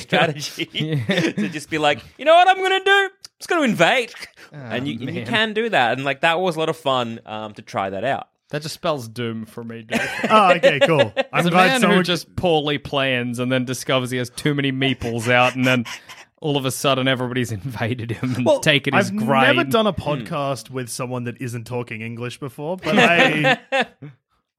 strategy to just be like, you know what I'm gonna do? I'm just gonna invade,
Oh,
and you, you can do that, and like that was a lot of fun um, to try that out.
that just spells doom for me. Dude.
Oh, okay, cool. I'm
As a
glad
man who
someone
just poorly plans and then discovers he has too many meeples out, and then all of a sudden everybody's invaded him and taken his
I've
grain.
never done a podcast with someone that isn't talking English before, but I,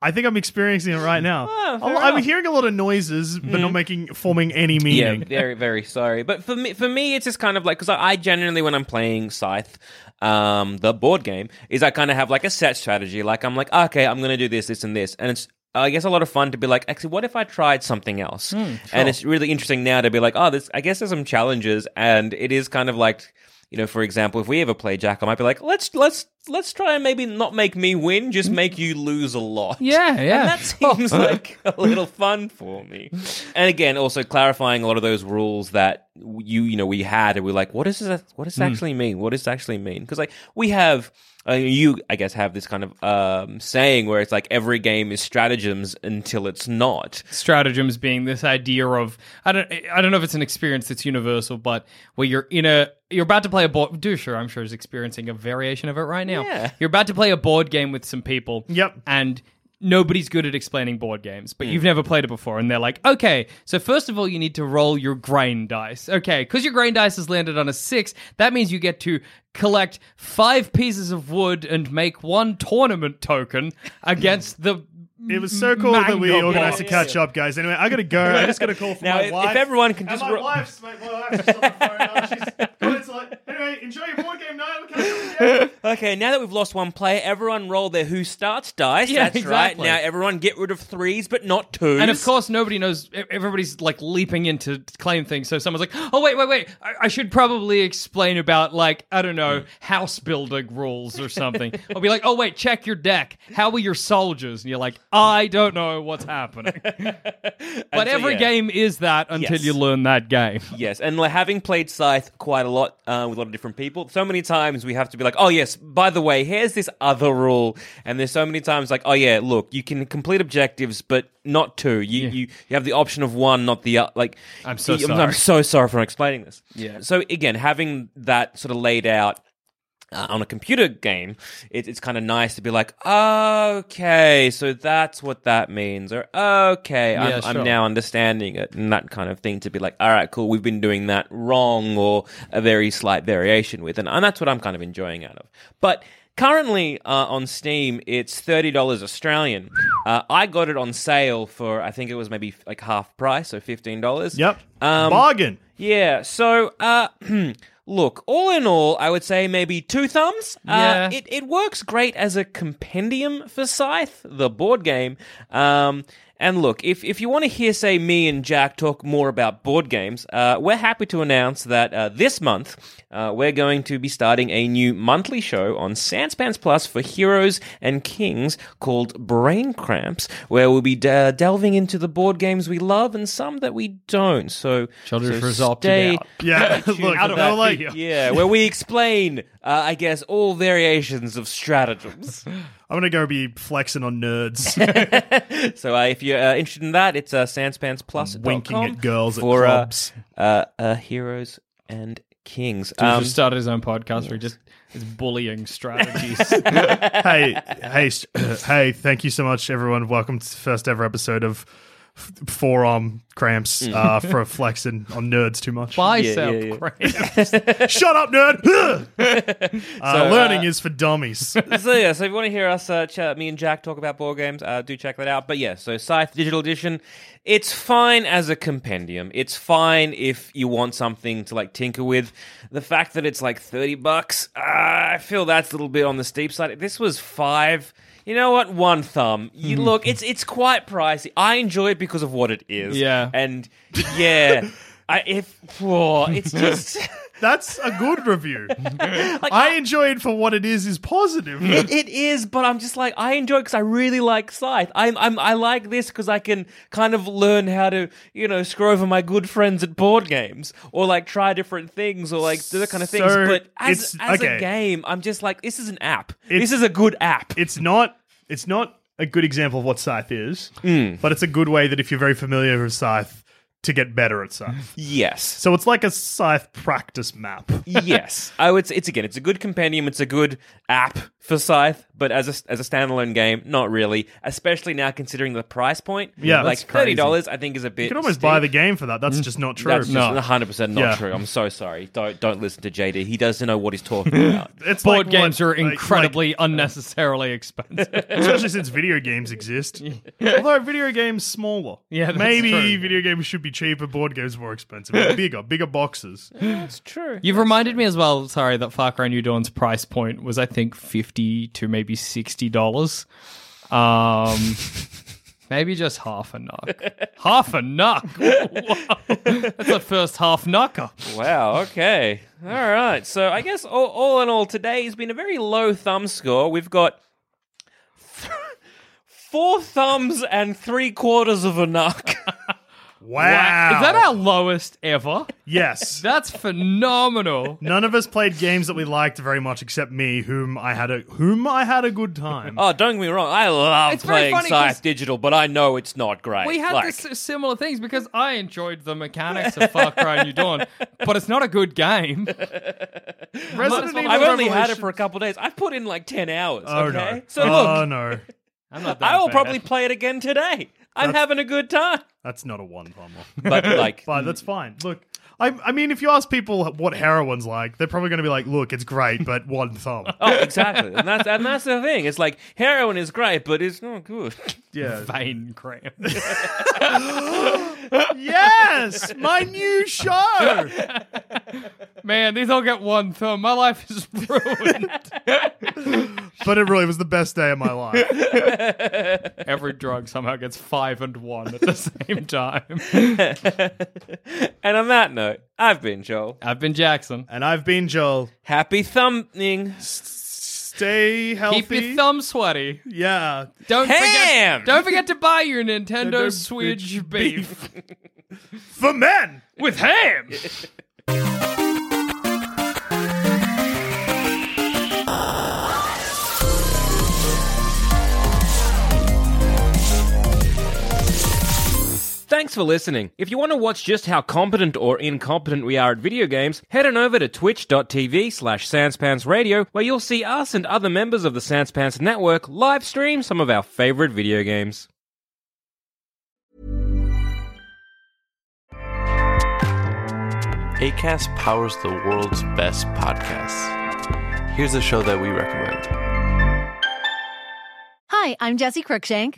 I think I'm experiencing it right now.
Ah,
I- I'm hearing a lot of noises, but
Hmm.
not making forming any meaning.
Yeah, very, very sorry. But for me, for me, it's just kind of like because I, I generally when I'm playing Scythe, um, the board game is I kind of have like a set strategy. Like I'm like, okay, I'm gonna do this, this, and this, and it's. I guess a lot of fun to be like, actually, what if I tried something else? And it's really interesting now to be like, oh, this. I guess there's some challenges, and it is kind of like, you know, for example, if we ever play Jack, I might be like, let's let's let's try and maybe not make me win, just make you lose a lot.
Yeah, yeah.
And that seems like a little fun for me. And again, also clarifying a lot of those rules that you you know we had, and we are like, what does this what
Hmm.
does this actually mean? What does this actually mean? Because like we have. Uh, you, I guess, have this kind of um, saying where it's like every game is stratagems until it's not.
Stratagems being this idea of I don't I don't know if it's an experience that's universal, but where you're in a you're about to play a board. Dusher, I'm sure, is experiencing a variation of it right now.
Yeah.
You're about to play a board game with some people.
Yep.
And nobody's good at explaining board games, but you've never played it before, and they're like, okay, so first of all, you need to roll your grain dice. Okay, because your grain dice has landed on a six, that means you get to collect five pieces of wood and make one tournament token against the.
It was so cool that we
Mango
organized to
box.
catch up, guys. Anyway, I gotta go. I just got a call from
Now,
my
if- if
wife.
everyone can
And
just
my
ro-
wife's, my, my wife's just on the phone. now. She's got it, so like, anyway, enjoy your board game night. We'll catch up again.
Okay, now that we've lost one player, everyone roll their who starts dice.
Yeah,
That's
exactly.
right. Now everyone get rid of threes, but not twos.
And of course, nobody knows. e- Everybody's like leaping in to claim things. So someone's like, "Oh wait, wait, wait! I, I should probably explain about like I don't know house building rules or something." I'll be like, "Oh wait, check your deck. How are your soldiers?" And you're like, "I don't know what's happening." but
so,
every
yeah.
game is that until
Yes.
you learn that game.
yes, and like, having played Scythe quite a lot uh, with a lot of different people, so many times we have to be like, oh yes, by the way, here's this other rule. And there's so many times like, oh yeah, look, you can complete objectives, but not two. You you, you have the option of one, not the other. Like,
I'm so
I'm,
sorry.
so sorry for not explaining this.
Yeah.
So again, having that sort of laid out uh, on a computer game, it, it's kind of nice to be like, okay, so that's what that means, or okay, I'm,
Yeah, sure.
I'm now understanding it, and that kind of thing to be like, all right, cool, we've been doing that wrong, or a very slight variation with, and, and that's what I'm kind of enjoying out of. But currently uh, on Steam, it's thirty dollars Australian. Uh, I got it on sale for I think it was maybe like half price, so fifteen dollars.
Yep.
Um,
Bargain.
yeah. So, uh, look, all in all, I would say maybe two thumbs.
Yeah.
Uh, it, it works great as a compendium for Scythe, the board game. Um, and look, if, if you want to hear, say, me and Jack talk more about board games, uh, we're happy to announce that uh, this month uh, we're going to be starting a new monthly show on Sanspans Plus for Heroes and Kings called Brain Cramps, where we'll be de- delving into the board games we love and some that we don't. So,
Children's
so
Resolve to
stay
doubt.
Yeah. Look,
out of
they're
that
like,
yeah, where we explain, uh, I guess, all variations of stratagems.
I'm gonna go be flexing on nerds.
so uh, if you're uh, interested in that, it's uh, sanspansplus.com
Winking at girls at
for uh,
clubs.
Uh, uh, heroes and kings.
Um,
Um,
just started his own podcast where he just is bullying strategies.
hey, hey, s- hey! Thank you so much, everyone. Welcome to the first ever episode of F- Forearm Cramps
Mm.
uh, for flexing on nerds too much.
Bicep
yeah, yeah.
cramps.
Shut up, nerd! uh, learning is for dummies.
so yeah, so if you want to hear us, uh, ch- me and Jack talk about board games, uh, do check that out. But yeah, so Scythe Digital Edition, it's fine as a compendium. It's fine if you want something to like tinker with. The fact that it's like thirty bucks, uh, I feel that's a little bit on the steep side. If this was five. You know what? One thumb. You look, it's it's quite pricey. I enjoy it because of what it is.
Yeah.
and yeah, I, if whoa, it's just.
That's a good review. I enjoy it for what it is. Is positive.
it, it is, but I'm just like I enjoy because I really like Scythe. I'm, I'm I like this because I can kind of learn how to you know screw over my good friends at board games or like try different things or like do that kind of things.
So,
but as
it's-
as
okay.
a game, I'm just like this is an app.
It's-
This is a good app.
it's not. It's not a good example of what Scythe is, but it's a good way that if you're very familiar with Scythe, to get better at Scythe.
yes.
So it's like a Scythe practice map.
yes, I would. It's again, it's a good compendium. It's a good app for Scythe, but as a as a standalone game, not really. Especially now considering the price point.
Yeah,
like
that's crazy.
thirty dollars, I think is a bit.
You can almost buy
steep.
the game for that. That's just not true.
That's just
No.
100 percent not
Yeah.
true. I'm so sorry. Don't don't listen to JD. He doesn't know what he's talking about.
It's
Board
like
games
what-
are
like- like-
incredibly
uh,
unnecessarily expensive.
especially since video games exist. Although video games smaller,
Yeah, that's
maybe
true.
video games should be cheaper, board games more expensive, bigger, bigger boxes.
That's true.
You've reminded me as well, sorry, that Far Cry New Dawn's price point was I think fifty to maybe sixty dollars. Um Maybe just half a knock. half a knock. Whoa. That's the first half knocker.
Wow. Okay. All right. So I guess all, all in all, today has been a very low thumb score. We've got th- four thumbs and three quarters of a knock.
Wow.
Is that our lowest ever?
Yes.
That's phenomenal.
None of us played games that we liked very much, except me, whom I had a whom I had a good time.
oh, don't get me wrong. I love
It's very
playing
funny 'cause-
Scythe Digital, but I know it's not great.
We had
Like,
this similar things because I enjoyed the mechanics of Far Cry New Dawn, but it's not a good game.
Resident Evil
I've only had it
Revelation-
for a couple of days. I've put in like ten hours.
Oh
okay.
no!
So look,
oh no!
I'm not that
I will
bad.
probably play it again today. I'm having a good time.
That's not a one thumber.
But like,
But that's fine. Look, I, I mean, if you ask people what heroin's like, they're probably going to be like, "Look, it's great, but one thumb."
oh, exactly. And that's and that's the thing. It's like heroin is great, but it's not good.
Yeah.
Vein cramp.
yes, my new show.
Man, these all get one thumb. My life is ruined.
But it really was the best day of my life.
Every drug somehow gets five and one at the same time.
And on that note, I've been Joel.
I've been Jackson.
And I've been Joel.
Happy thumbing.
Stay healthy.
Keep your thumb sweaty.
Yeah.
Don't
Ham!
forget. Don't forget to buy your Nintendo
Nintendo
Switch
Switch
beef
For men.
with ham.
Thanks for listening. If you want to watch just how competent or incompetent we are at video games, head on over to twitch.tv slash sanspantsradio where you'll see us and other members of the Sanspants Network live stream some of our favorite video games.
ACAST powers the world's best podcasts. Here's a show that we recommend.
Hi, I'm Jesse Cruikshank.